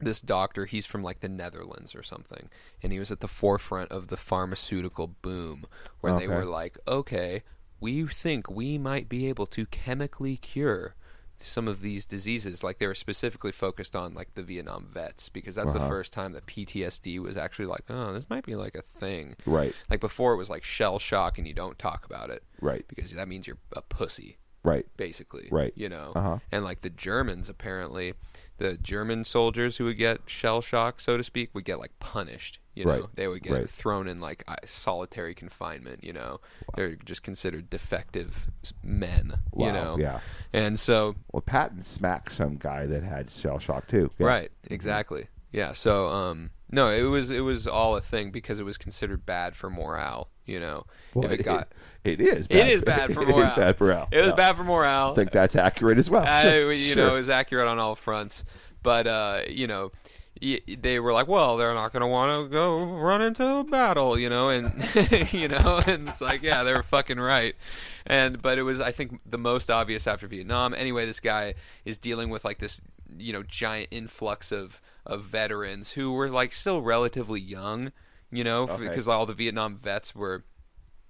Speaker 2: this doctor, he's from like the Netherlands or something, and he was at the forefront of the pharmaceutical boom where they
Speaker 3: Okay.
Speaker 2: were like, okay, we think we might be able to chemically cure some of these diseases. Like they were specifically focused on like the Vietnam vets because that's
Speaker 3: Uh-huh.
Speaker 2: the first time that PTSD was actually like, oh, this might be like a thing.
Speaker 3: Right.
Speaker 2: Like before, it was like shell shock, and you don't talk about it,
Speaker 3: Right.
Speaker 2: Because that means you're a pussy,
Speaker 3: Right.
Speaker 2: basically,
Speaker 3: Right.
Speaker 2: You know,
Speaker 3: Uh-huh.
Speaker 2: and like the Germans, apparently, the German soldiers who would get shell shock, so to speak, would get like punished. You know,
Speaker 3: Right.
Speaker 2: they would get
Speaker 3: Right.
Speaker 2: thrown in like i- solitary confinement. You know, they're just considered defective s- men.
Speaker 3: Wow,
Speaker 2: You know,
Speaker 3: yeah.
Speaker 2: and so
Speaker 3: Well, Patton smacked some guy that had shell shock too. Yeah. Mm-hmm.
Speaker 2: Right. Exactly. Yeah. So, um, no, it was it was all a thing because it was considered bad for morale. You know,
Speaker 3: Well,
Speaker 2: if it, got
Speaker 3: it is.
Speaker 2: it is bad for morale.
Speaker 3: It is bad for morale.
Speaker 2: It was
Speaker 3: Yeah.
Speaker 2: bad for morale.
Speaker 3: I think that's accurate as well.
Speaker 2: I, you know,
Speaker 3: Sure.
Speaker 2: it was accurate on all fronts. But uh, you know, y- they were like, well, they're not going to want to go run into battle, you know, and you know, and it's like, yeah, they were fucking right. And but it was, I think, the most obvious after Vietnam. Anyway, this guy is dealing with like this, you know, giant influx of of veterans who were like still relatively young, you know,
Speaker 3: Okay.
Speaker 2: because all the Vietnam vets were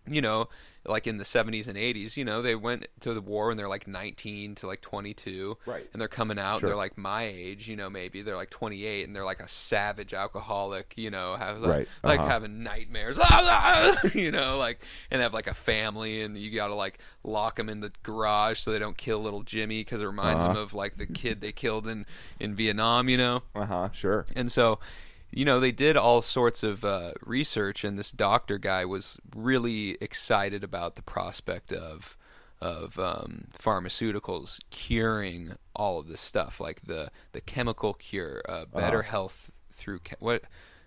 Speaker 2: you know, like in the 70s and 80s, you know, they went to the war and they're like 19 to like 22.
Speaker 3: Right.
Speaker 2: And they're coming out
Speaker 3: Sure.
Speaker 2: and they're like my age, you know, maybe they're like 28 and they're like a savage alcoholic, you know, have like,
Speaker 3: Right.
Speaker 2: like
Speaker 3: Uh-huh.
Speaker 2: having nightmares, "Ah, ah," you know, like, and have like a family and you got to like lock them in the garage so they don't kill little Jimmy because it
Speaker 3: Uh-huh.
Speaker 2: reminds them of like the kid they killed in, in Vietnam, you know?
Speaker 3: Uh huh. Sure.
Speaker 2: And so, you know, they did all sorts of uh, research, and this doctor guy was really excited about the prospect of of um, pharmaceuticals curing all of this stuff, like the the chemical cure, uh, better health through che- what,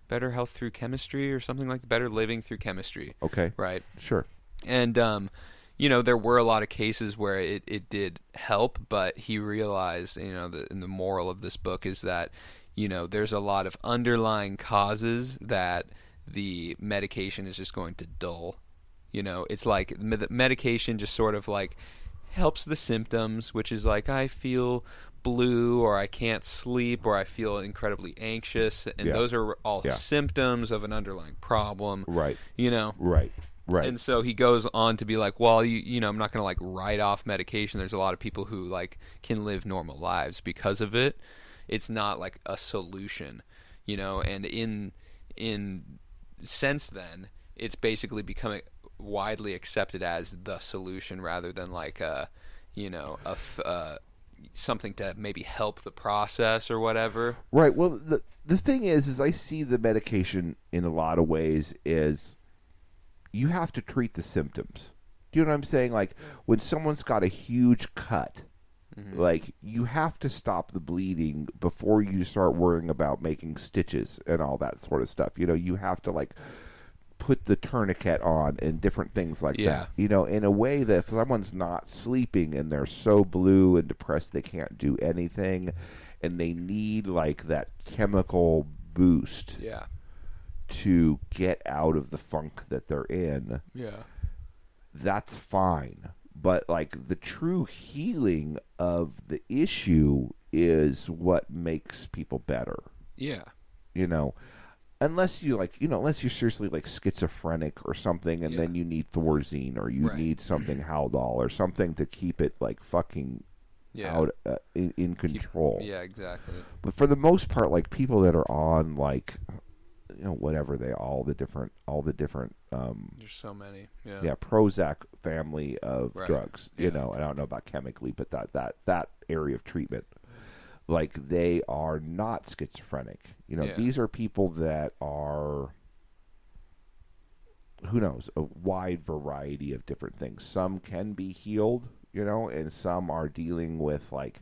Speaker 2: better health through chemistry, or something like better living through chemistry.
Speaker 3: Okay.
Speaker 2: Right
Speaker 3: Sure.
Speaker 2: and um, you know there were a lot of cases where it, it did help but he realized you know the, and the moral of this book is that you know there's a lot of underlying causes that the medication is just going to dull you know it's like med- the medication just sort of like helps the symptoms which is like i feel blue or i can't sleep or i feel incredibly anxious and
Speaker 3: Yeah.
Speaker 2: those are all
Speaker 3: Yeah.
Speaker 2: symptoms of an underlying problem
Speaker 3: Right.
Speaker 2: you know
Speaker 3: Right. Right.
Speaker 2: and so he goes on to be like, well, you you know, I'm not going to like write off medication. There's a lot of people who like can live normal lives because of it. It's not like a solution, you know. And in in since then, it's basically becoming widely accepted as the solution rather than like a you know a f- uh, something to maybe help the process or whatever.
Speaker 3: Right. Well, the the thing is, is I see the medication in a lot of ways is you have to treat the symptoms. Do you know what I'm saying? Like when someone's got a huge cut,
Speaker 2: Mm-hmm.
Speaker 3: like you have to stop the bleeding before you start worrying about making stitches and all that sort of stuff. You know, you have to like put the tourniquet on and different things like
Speaker 2: Yeah.
Speaker 3: that. You know, in a way that if someone's not sleeping and they're so blue and depressed they can't do anything and they need like that chemical boost
Speaker 2: Yeah.
Speaker 3: to get out of the funk that they're in,
Speaker 2: Yeah.
Speaker 3: that's fine. But like the true healing of the issue is what makes people better
Speaker 2: Yeah.
Speaker 3: you know unless you like you know unless you're seriously like schizophrenic or something and
Speaker 2: Yeah.
Speaker 3: then you need thorazine or you
Speaker 2: Right.
Speaker 3: need something haldol or something to keep it like fucking
Speaker 2: Yeah.
Speaker 3: out uh, in, in control.
Speaker 2: Yeah, exactly.
Speaker 3: But for the most part, like people that are on like you know whatever they all the different all the different um,
Speaker 2: There's so many. Yeah.
Speaker 3: yeah Prozac family of
Speaker 2: Right.
Speaker 3: drugs. You
Speaker 2: Yeah.
Speaker 3: know, and I don't know about chemically, but that that that area of treatment, like they are not schizophrenic. You know,
Speaker 2: Yeah.
Speaker 3: these are people that are. Who knows? A wide variety of different things. Some can be healed, you know, and some are dealing with like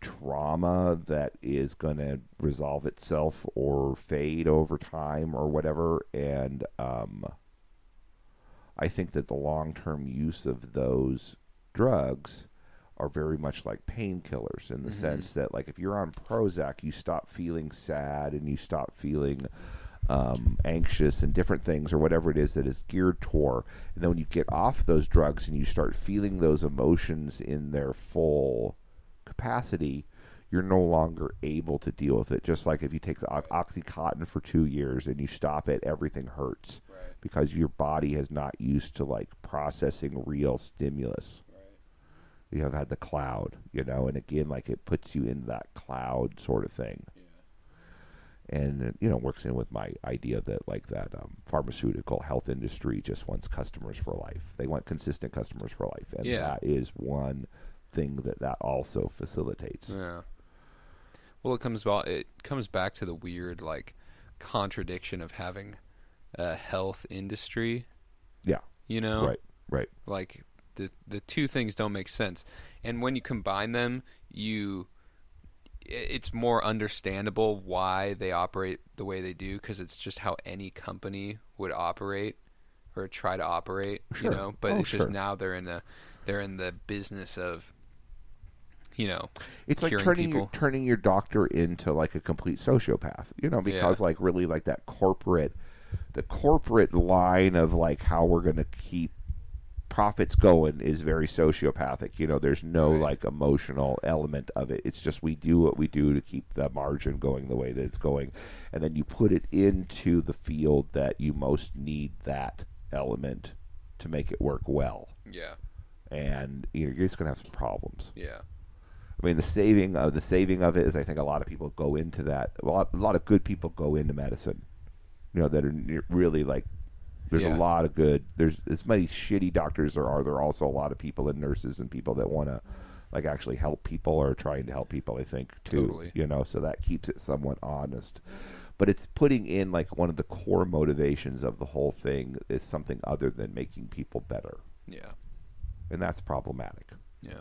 Speaker 3: trauma that is going to resolve itself or fade over time or whatever. And um, I think that the long term use of those drugs are very much like painkillers in the sense that, like, if you're on Prozac, you stop feeling sad and you stop feeling. Um, anxious and different things, or whatever it is that is geared toward. And then when you get off those drugs and you start feeling those emotions in their full capacity, you're no longer able to deal with it. Just like if you take the o- OxyContin for two years and you stop it, everything hurts
Speaker 2: Right.
Speaker 3: because your body has not used to like processing real stimulus. You have had the cloud, you know, and again, like it puts you in that cloud sort of thing. And it, you know, works in with my idea that like that um, pharmaceutical health industry just wants customers for life. They want consistent customers for life, and
Speaker 2: Yeah.
Speaker 3: that is one thing that that also facilitates.
Speaker 2: Yeah. Well, it comes about. It comes back to the weird like contradiction of having a health industry.
Speaker 3: Yeah.
Speaker 2: You know,
Speaker 3: Right. Right.
Speaker 2: like the the two things don't make sense, and when you combine them, you i- it's more understandable why they operate the way they do because it's just how any company would operate or try to operate
Speaker 3: Sure.
Speaker 2: you know but
Speaker 3: Oh,
Speaker 2: it's just
Speaker 3: sure.
Speaker 2: now they're in the they're in the business of you know
Speaker 3: It's like
Speaker 2: curing
Speaker 3: turning
Speaker 2: people
Speaker 3: your, turning your doctor into like a complete sociopath, you know, because like really like that corporate, the corporate line of like how we're going to keep profits going is very sociopathic. You know, there's no
Speaker 2: Right.
Speaker 3: like emotional element of it. It's just we do what we do to keep the margin going the way that it's going, and then you put it into the field that you most need that element to make it work well,
Speaker 2: yeah
Speaker 3: and you know, you're just going to have some problems.
Speaker 2: yeah
Speaker 3: I mean, the saving of the saving of it is, I think, a lot of people go into that. A lot, a lot of good people go into medicine, you know, that are ne- really like. There's
Speaker 2: Yeah.
Speaker 3: a lot of good. There's as many shitty doctors there are. There are also a lot of people and nurses and people that want to, like, actually help people or trying to help people. I think too,
Speaker 2: Totally.
Speaker 3: you know, so that keeps it somewhat honest. But it's putting in like one of the core motivations of the whole thing is something other than making people better,
Speaker 2: yeah
Speaker 3: and that's problematic.
Speaker 2: yeah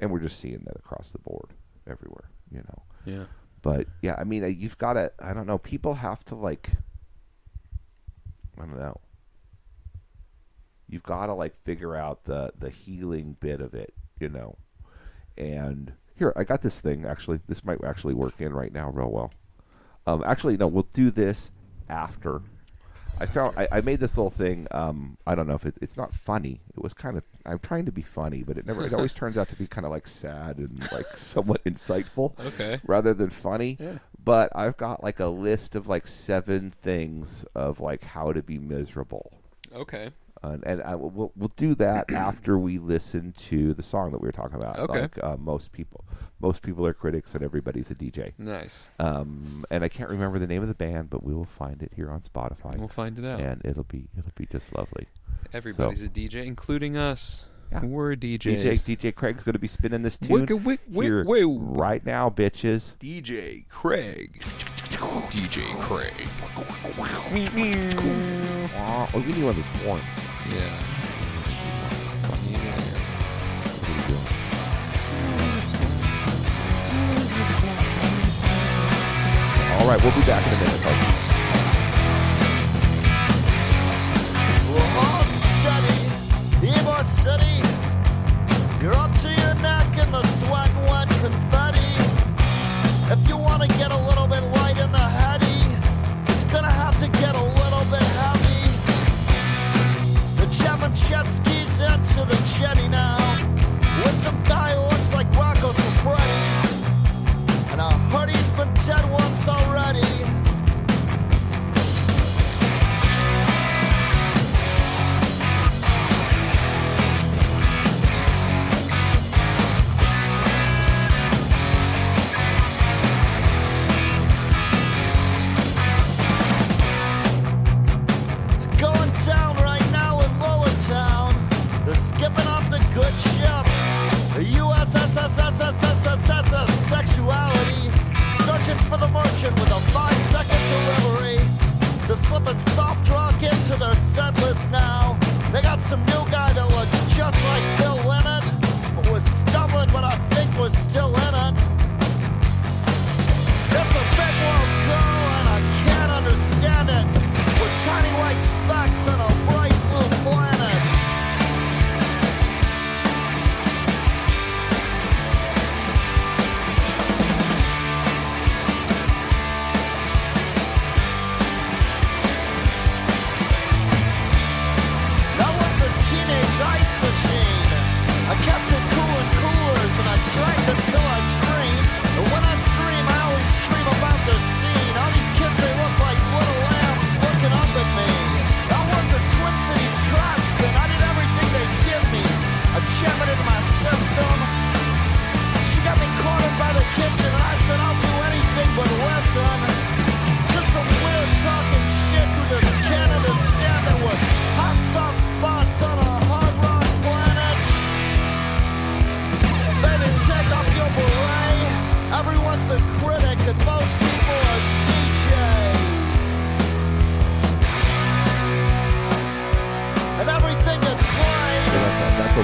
Speaker 3: and we're just seeing that across the board everywhere you know
Speaker 2: yeah
Speaker 3: but yeah i mean uh, you've got to i don't know people have to like i don't know you've got to like figure out the the healing bit of it you know and here i got this thing actually this might actually work in right now real well um actually no we'll do this after i found i, I made this little thing um i don't know if it, it's not funny it was kind of i'm trying to be funny but it never it always turns out to be kind of like sad and like somewhat insightful
Speaker 2: Okay.
Speaker 3: rather than funny.
Speaker 2: Yeah.
Speaker 3: But I've got like a list of like seven things of like how to be miserable.
Speaker 2: Okay.
Speaker 3: And, and I, we'll, we'll do that after we listen to the song that we were talking about.
Speaker 2: Okay.
Speaker 3: Like uh, most people, most people are critics, and everybody's a DJ.
Speaker 2: Nice.
Speaker 3: Um, and I can't remember the name of the band, but we will find it here on Spotify,
Speaker 2: We'll find it out.
Speaker 3: and it'll be it'll be just lovely.
Speaker 2: Everybody's a DJ, including us.
Speaker 3: Yeah.
Speaker 2: We're DJs.
Speaker 3: DJ DJ Craig's going to be spinning this tune
Speaker 2: Wicka wick wick
Speaker 3: here
Speaker 2: woo.
Speaker 3: right now, bitches.
Speaker 2: DJ Craig. DJ Craig.
Speaker 3: Aw, Oh, we need one of those horns.
Speaker 2: Yeah. yeah.
Speaker 3: All right, we'll be back in a minute. folks.
Speaker 4: We're all steady, Ybor City. You're up to your neck in the sweat and wet confetti. If you want to get a little bit light in the heady, it's gonna have to get a little bit heavy. The German jet skis into the jetty now. With some guy who looks like Rocco Siffredi. And I heard he's been dead once already.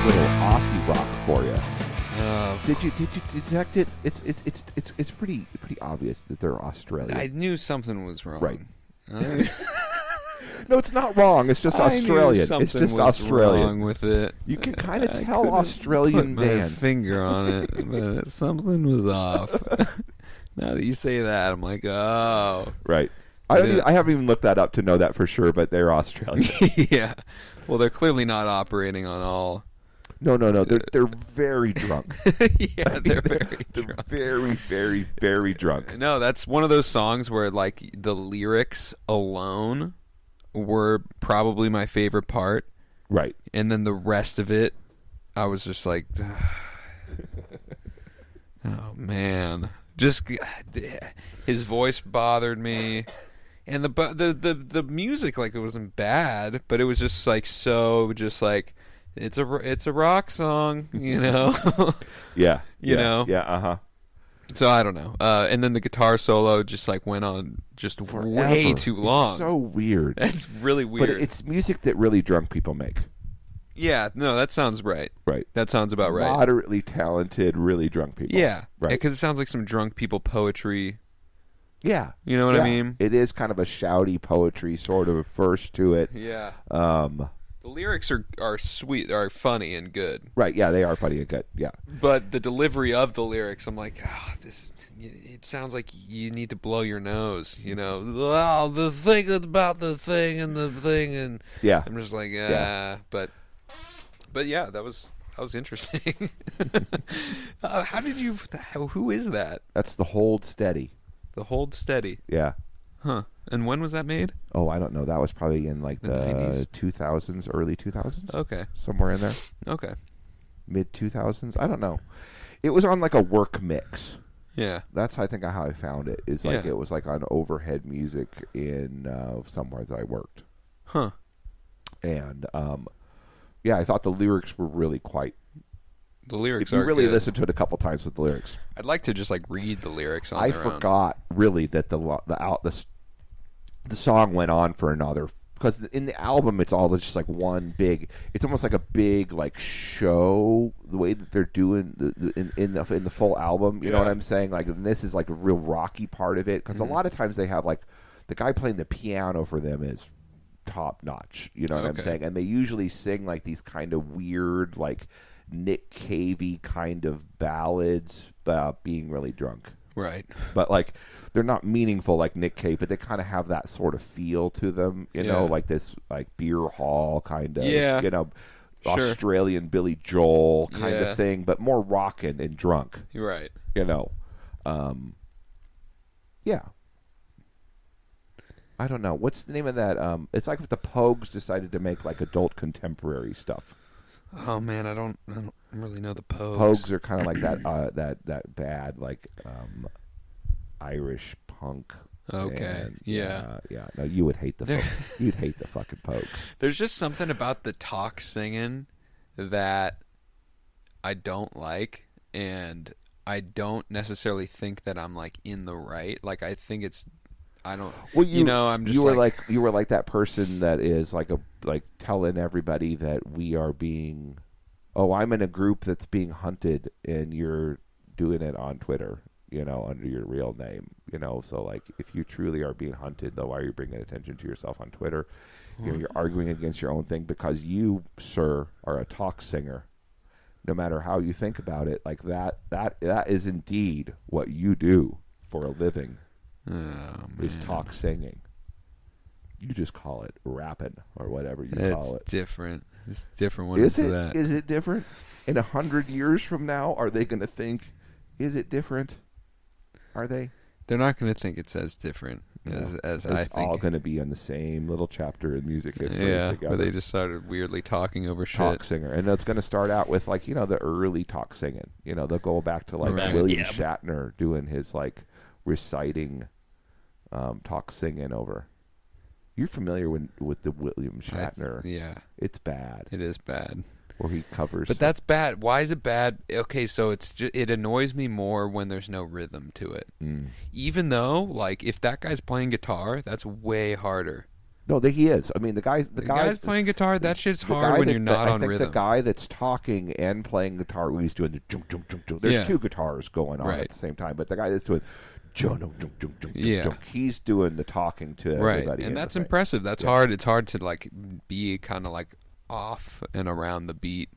Speaker 3: little Aussie rock for you.
Speaker 2: Uh,
Speaker 3: Did you did you detect it? It's it's it's it's it's pretty pretty obvious that they're Australian.
Speaker 2: I knew something was wrong.
Speaker 3: Right.
Speaker 2: I,
Speaker 3: no, it's not wrong. It's just
Speaker 2: I knew
Speaker 3: Australian.
Speaker 2: something
Speaker 3: It's just
Speaker 2: was
Speaker 3: Australian.
Speaker 2: wrong with it.
Speaker 3: You can kind of
Speaker 2: I
Speaker 3: tell
Speaker 2: couldn't
Speaker 3: Australian
Speaker 2: put my
Speaker 3: bands.
Speaker 2: finger on it, but something was off. now that you say that, I'm like, oh,
Speaker 3: Right. I don't.
Speaker 2: Yeah.
Speaker 3: Even, I haven't even looked that up to know that for sure, but they're Australian.
Speaker 2: yeah. Well, they're clearly not operating on all.
Speaker 3: no, no, no. They're they're very drunk.
Speaker 2: yeah, they're very
Speaker 3: They're
Speaker 2: drunk.
Speaker 3: very, very, very drunk.
Speaker 2: No, that's one of those songs where like the lyrics alone were probably my favorite part,
Speaker 3: Right.
Speaker 2: and then the rest of it, I was just like, oh man, just his voice bothered me, and the bu- the the the music like it wasn't bad, but it was just like so just like. It's a it's a rock song, you know.
Speaker 3: Yeah.
Speaker 2: You
Speaker 3: yeah,
Speaker 2: know.
Speaker 3: Yeah. Uh huh.
Speaker 2: So I don't know. Uh, and then the guitar solo just like went on just way too long.
Speaker 3: It's so weird.
Speaker 2: That's really
Speaker 3: But
Speaker 2: weird.
Speaker 3: it's music that really drunk people make.
Speaker 2: yeah, no, that sounds right.
Speaker 3: Right.
Speaker 2: That sounds about right.
Speaker 3: Moderately talented, really drunk people.
Speaker 2: yeah,
Speaker 3: Right.
Speaker 2: Because it sounds like some drunk people poetry.
Speaker 3: Yeah.
Speaker 2: You know what I
Speaker 3: Yeah.
Speaker 2: mean?
Speaker 3: It is kind of a shouty poetry sort of first to it.
Speaker 2: Yeah,
Speaker 3: Um.
Speaker 2: the lyrics are are sweet, are funny and good,
Speaker 3: Right. Yeah. They are funny and good. Yeah.
Speaker 2: but the delivery of the lyrics, I'm like, oh, this. It sounds like you need to blow your nose. You know, oh, the thing about the thing and the thing and
Speaker 3: Yeah.
Speaker 2: I'm just like, uh,
Speaker 3: Yeah.
Speaker 2: but, but yeah, that was that was interesting. uh, how did you? How, who is that?
Speaker 3: That's the hold steady.
Speaker 2: The Hold Steady,
Speaker 3: Yeah.
Speaker 2: huh? And when was that made?
Speaker 3: Oh, I don't know. That was probably in like
Speaker 2: The
Speaker 3: the
Speaker 2: 90s?
Speaker 3: two thousands, early two thousands.
Speaker 2: Okay,
Speaker 3: Somewhere in there,
Speaker 2: okay,
Speaker 3: mid two thousands. I don't know. It was on like a work mix.
Speaker 2: yeah,
Speaker 3: That's I think how I found it. Is like
Speaker 2: Yeah.
Speaker 3: it was like on overhead music in uh, somewhere that I worked,
Speaker 2: huh?
Speaker 3: and um, yeah, I thought the lyrics were really quite.
Speaker 2: The lyrics
Speaker 3: If you
Speaker 2: are
Speaker 3: really
Speaker 2: good.
Speaker 3: listen to it a couple times with the lyrics,
Speaker 2: I'd like to just like read the lyrics. On
Speaker 3: I
Speaker 2: their own.
Speaker 3: forgot really that the lo- the out the s- the song went on for another because in the album it's all just like one big. It's almost like a big like show the way that they're doing the, the, in in the in the full album. You know
Speaker 2: Yeah. Mm-hmm.
Speaker 3: what I'm saying? Like and this is like a real rocky part of it because a lot of times they have like the guy playing the piano for them is top notch. You know what
Speaker 2: Okay.
Speaker 3: I'm saying? And they usually sing like these kind of weird like. Nick Cavey kind of ballads about being really drunk
Speaker 2: Right.
Speaker 3: but like they're not meaningful like Nick Cave, but they kind of have that sort of feel to them, you know,
Speaker 2: Yeah.
Speaker 3: like this like beer hall kind of,
Speaker 2: Yeah.
Speaker 3: you know,
Speaker 2: Sure.
Speaker 3: Australian Billy Joel kind
Speaker 2: Yeah.
Speaker 3: of thing, but more rockin' and drunk,
Speaker 2: You're right.
Speaker 3: you know. Um, yeah. I don't know what's the name of that. Um, it's like if the Pogues decided to make like adult contemporary stuff.
Speaker 2: Oh man, I don't, I don't really know the Pogues.
Speaker 3: Pogues are kind of like that uh, that that bad like um, Irish punk.
Speaker 2: Okay,
Speaker 3: band.
Speaker 2: yeah.
Speaker 3: yeah, yeah. No, you would hate the
Speaker 2: They're-
Speaker 3: fuck- you'd hate the fucking Pogues.
Speaker 2: There's just something about the talk singing that I don't like, and I don't necessarily think that I'm like in the right. Like I think it's, I don't.
Speaker 3: Well,
Speaker 2: you, know, I'm just
Speaker 3: you were
Speaker 2: like,
Speaker 3: like, you were like that person that is like a like telling everybody that we are being. Oh, I'm in a group that's being hunted, and you're doing it on Twitter. You know, under your real name. You know, so like, if you truly are being hunted, though, why are you bringing attention to yourself on Twitter? You know, you're arguing against your own thing because you, sir, are a talk singer. No matter how you think about it, like that, that that is indeed what you do for a living
Speaker 2: oh,
Speaker 3: is talk singing. You just call it rapping or whatever you
Speaker 2: it's
Speaker 3: call it.
Speaker 2: different. It's different when
Speaker 3: Is
Speaker 2: it's
Speaker 3: it
Speaker 2: that.
Speaker 3: is it different? In a hundred years from now, are they going to think? Is it different? Are they?
Speaker 2: They're not going to think it's as different as
Speaker 3: No.
Speaker 2: as
Speaker 3: It's
Speaker 2: I
Speaker 3: all
Speaker 2: think.
Speaker 3: going to be in the same little chapter in music history.
Speaker 2: yeah,
Speaker 3: together.
Speaker 2: where they just started weirdly talking over shit.
Speaker 3: talk singer, and it's going to start out with like you know the early talk singing. You know they'll go back to like
Speaker 2: Right.
Speaker 3: William Shatner doing his like reciting um, talk singing over. You're familiar with with the
Speaker 2: I
Speaker 3: William
Speaker 2: th-
Speaker 3: Shatner?
Speaker 2: yeah,
Speaker 3: It's bad.
Speaker 2: it is bad.
Speaker 3: where he covers.
Speaker 2: But that's bad. Why is it bad? Okay, so it's ju- it annoys me more when there's no rhythm to it.
Speaker 3: Mm.
Speaker 2: Even though, like, if that guy's playing guitar, that's way harder.
Speaker 3: No, the, he is. I mean, the guy. The,
Speaker 2: The
Speaker 3: guy-
Speaker 2: guy's playing guitar. That shit's
Speaker 3: the
Speaker 2: hard
Speaker 3: guy
Speaker 2: when
Speaker 3: that-
Speaker 2: you're
Speaker 3: the-
Speaker 2: not
Speaker 3: I
Speaker 2: on
Speaker 3: think
Speaker 2: rhythm.
Speaker 3: the guy that's talking and playing guitar, where he's doing the jump, jump, jump, jump. There's
Speaker 2: Yeah.
Speaker 3: two guitars going on at
Speaker 2: Right.
Speaker 3: the same time, but the guy that's doing jump, jump, jump, jump, jump,
Speaker 2: Yeah.
Speaker 3: jump, he's doing the talking to
Speaker 2: right,
Speaker 3: everybody.
Speaker 2: and that's
Speaker 3: everything.
Speaker 2: impressive. That's hard. It's hard to like be kind of like off and around the beat.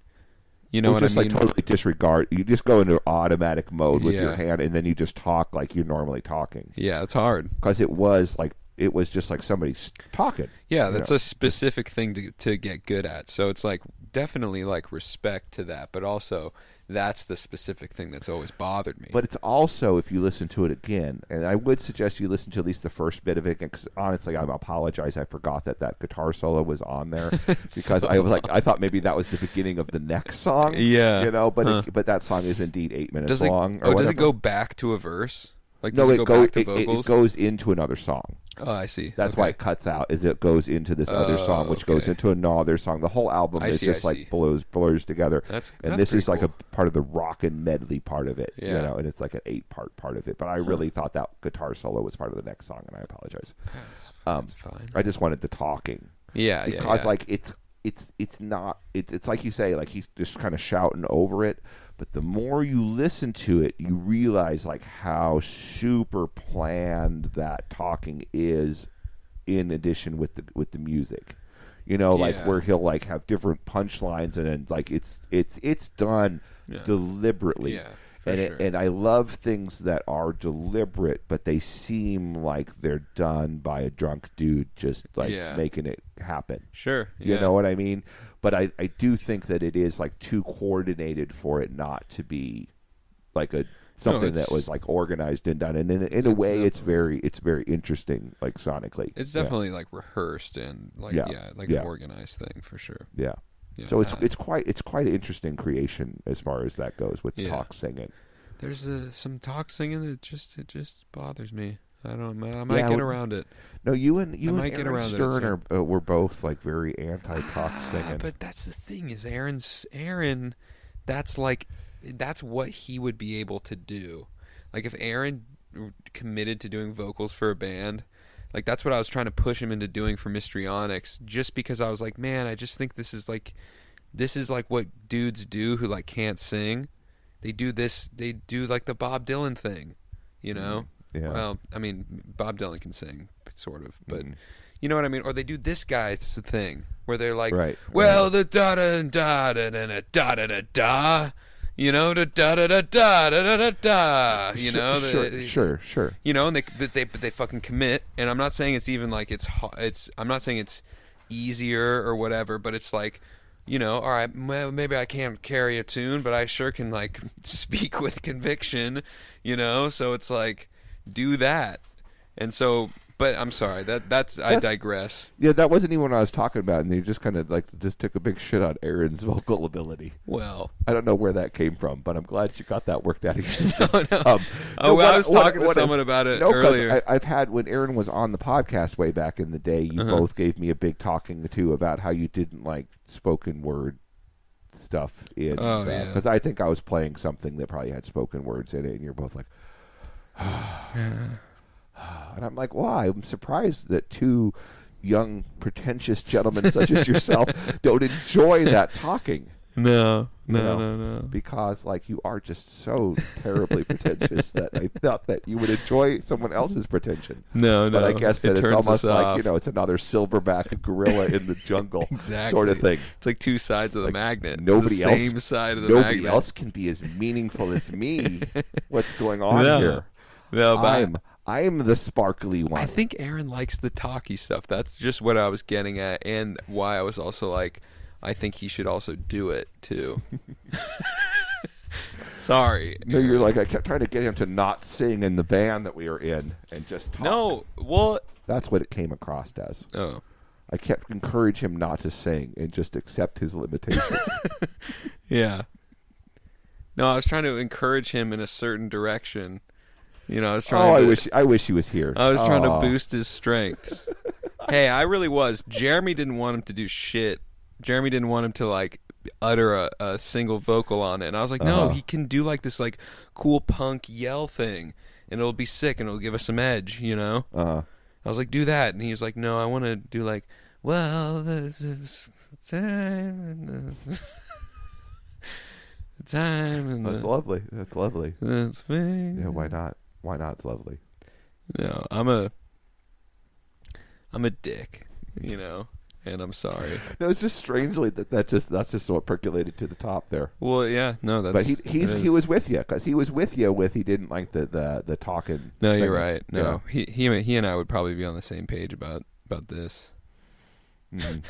Speaker 2: You know
Speaker 3: Or
Speaker 2: what
Speaker 3: just
Speaker 2: I mean?
Speaker 3: like totally disregard. You just go into automatic mode with your
Speaker 2: Yeah.
Speaker 3: hand, and then you just talk like you're normally talking.
Speaker 2: yeah, it's hard.
Speaker 3: Because it was like it was just like somebody's talking.
Speaker 2: Yeah,
Speaker 3: you
Speaker 2: that's
Speaker 3: know?
Speaker 2: a specific thing to to get good at. So it's like definitely like respect to that, but also that's the specific thing that's always bothered me.
Speaker 3: But it's also if you listen to it again, and I would suggest you listen to at least the first bit of it. Because honestly, I apologize, I forgot that that guitar solo was on there because I was like, I thought maybe that was the beginning of the next song.
Speaker 2: Yeah.
Speaker 3: you know, but it, but that song is indeed eight minutes
Speaker 2: does it
Speaker 3: long. or
Speaker 2: oh, does
Speaker 3: whatever.
Speaker 2: it go back to a verse? Like does
Speaker 3: No,
Speaker 2: it go
Speaker 3: go-
Speaker 2: back to
Speaker 3: it- it- it
Speaker 2: vocals?
Speaker 3: goes into another song.
Speaker 2: oh, I see.
Speaker 3: That's why it cuts out. Is it goes into this other song, which goes
Speaker 2: okay.
Speaker 3: into another song. The whole album
Speaker 2: I
Speaker 3: is
Speaker 2: see,
Speaker 3: just
Speaker 2: I see.
Speaker 3: like blurs blurs together.
Speaker 2: That's-
Speaker 3: and
Speaker 2: that's
Speaker 3: this is
Speaker 2: pretty
Speaker 3: like a part of the rock and medley part of it. You
Speaker 2: Yeah.
Speaker 3: know, and it's like an eight part part of it. But I really thought that guitar solo was part of the next song, and I apologize.
Speaker 2: That's,
Speaker 3: Um,
Speaker 2: that's fine.
Speaker 3: I just wanted the talking
Speaker 2: Yeah, yeah,
Speaker 3: because
Speaker 2: yeah.
Speaker 3: like it's it's it's not it's it's like you say like he's just kind of shouting over it but the more you listen to it you realize like how super planned that talking is in addition with the with the music you know like
Speaker 2: Yeah.
Speaker 3: where he'll like have different punchlines and then like it's it's it's done
Speaker 2: Yeah.
Speaker 3: deliberately
Speaker 2: Yeah, for
Speaker 3: and
Speaker 2: sure.
Speaker 3: it, and I love things that are deliberate but they seem like they're done by a drunk dude just like
Speaker 2: Yeah.
Speaker 3: making it happen
Speaker 2: sure.
Speaker 3: you
Speaker 2: yeah.
Speaker 3: know what I mean? But I, I do think that it is like too coordinated for it not to be like a something that
Speaker 2: it's-
Speaker 3: was like organized and done. And in, in a way, it's very it's very interesting, like sonically.
Speaker 2: It's
Speaker 3: Yeah.
Speaker 2: definitely like rehearsed and like
Speaker 3: Yeah,
Speaker 2: yeah, like
Speaker 3: yeah.
Speaker 2: an organized thing for sure.
Speaker 3: yeah.
Speaker 2: Yeah.
Speaker 3: So it's
Speaker 2: Uh,
Speaker 3: it's quite it's quite an interesting creation as far as that goes with
Speaker 2: Yeah.
Speaker 3: talk singing.
Speaker 2: There's uh, some talk singing that just it just bothers me. I don't know. I might
Speaker 3: Yeah,
Speaker 2: get
Speaker 3: well-
Speaker 2: around it.
Speaker 3: No, you and you
Speaker 2: might
Speaker 3: and
Speaker 2: get
Speaker 3: Aaron
Speaker 2: around to that
Speaker 3: Stern
Speaker 2: soon.
Speaker 3: are, uh, were both like very anti talk
Speaker 2: Ah,
Speaker 3: singing.
Speaker 2: but that's the thing is Aaron's Aaron. That's like that's what he would be able to do. Like if Aaron committed to doing vocals for a band, like that's what I was trying to push him into doing for Mystrionics. Just because I was like, man, I just think this is like this is like what dudes do who like can't sing. They do this. They do like the Bob Dylan thing, you know.
Speaker 3: Yeah.
Speaker 2: Well, I mean, Bob Dylan can sing, sort of, but you know what I mean. Or they do this guy's thing where they're like,
Speaker 3: Right,
Speaker 2: well, the da da da da da da da da da da, you know, da da da da da da da da, you
Speaker 3: Sure-
Speaker 2: know, the-
Speaker 3: sure, sure, sure.
Speaker 2: you know, and they that they but they fucking commit. And I'm not saying it's even like it's ho- it's I'm not saying it's easier or whatever, but it's like you know, all right, m- maybe I can't carry a tune, but I sure can like speak with conviction, you know. So it's like do that, and so. But I'm sorry that that's, I
Speaker 3: That's-
Speaker 2: digress.
Speaker 3: Yeah, that wasn't even what I was talking about, and they just kind of like just took a big shit on Aaron's vocal ability.
Speaker 2: Well,
Speaker 3: I don't know where that came from, but I'm glad you got that worked out of your system. no. um,
Speaker 2: Oh, well, I was talking to someone about it
Speaker 3: no, 'cause
Speaker 2: earlier.
Speaker 3: I, I've had when Aaron was on the podcast way back in the day. You
Speaker 2: Uh-huh.
Speaker 3: both gave me a big talking to about how you didn't like spoken word stuff in
Speaker 2: Oh, yeah.
Speaker 3: because I think I was playing something that probably had spoken words in it, and you're both like, and I'm like, why? I'm surprised that two young pretentious gentlemen such as yourself don't enjoy that talking
Speaker 2: no, no,
Speaker 3: you know,
Speaker 2: no, no.
Speaker 3: Because like you are just so terribly pretentious that I thought that you would enjoy someone else's pretension.
Speaker 2: No,
Speaker 3: But I
Speaker 2: no.
Speaker 3: guess
Speaker 2: It
Speaker 3: that it's
Speaker 2: turns us
Speaker 3: almost like
Speaker 2: off.
Speaker 3: you know it's another silverback gorilla in the jungle
Speaker 2: Exactly.
Speaker 3: sort of thing.
Speaker 2: It's like two sides of the magnet. It's
Speaker 3: Nobody
Speaker 2: the
Speaker 3: else,
Speaker 2: same side of the
Speaker 3: nobody
Speaker 2: magnet.
Speaker 3: else can be as meaningful as me. What's going on
Speaker 2: No.
Speaker 3: here?
Speaker 2: No, but I-
Speaker 3: I'm I'm the sparkly one.
Speaker 2: I think Aaron likes the talky stuff. That's just what I was getting at, and why I was also like, I think he should also do it too. Sorry.
Speaker 3: you know, you're like I kept trying to get him to not sing in the band that we were in and just talk.
Speaker 2: No. Well.
Speaker 3: that's what it came across as.
Speaker 2: Oh.
Speaker 3: I kept encourage him not to sing and just accept his limitations.
Speaker 2: Yeah. No, I was trying to encourage him in a certain direction. You know, I was trying.
Speaker 3: oh, I
Speaker 2: to,
Speaker 3: wish I wish he was here.
Speaker 2: I was trying
Speaker 3: Aw.
Speaker 2: to boost his strengths. hey, I really was. Jeremy didn't want him to do shit. Jeremy didn't want him to like utter a, a single vocal on it. And I was like, no,
Speaker 3: Uh-huh.
Speaker 2: he can do like this like cool punk yell thing, and it'll be sick, and it'll give us some edge, you know. Uh-huh. I was like, do that, and he was like, no, I want to do like, well, this is time, and the time, and
Speaker 3: That's
Speaker 2: the,
Speaker 3: lovely. That's lovely.
Speaker 2: that's thing.
Speaker 3: Yeah, why not? Why not? It's lovely.
Speaker 2: No, I'm a, I'm a dick, you know, and I'm sorry.
Speaker 3: No, it's just strangely that that just that's just what percolated to the top there.
Speaker 2: Well, yeah, no, that's.
Speaker 3: But he he's,
Speaker 2: that
Speaker 3: he
Speaker 2: is-
Speaker 3: was with you because he was with you with he didn't like the the the talking.
Speaker 2: No,
Speaker 3: thing.
Speaker 2: you're right.
Speaker 3: Yeah.
Speaker 2: No, he he he and I would probably be on the same page about about this.
Speaker 3: Mhm.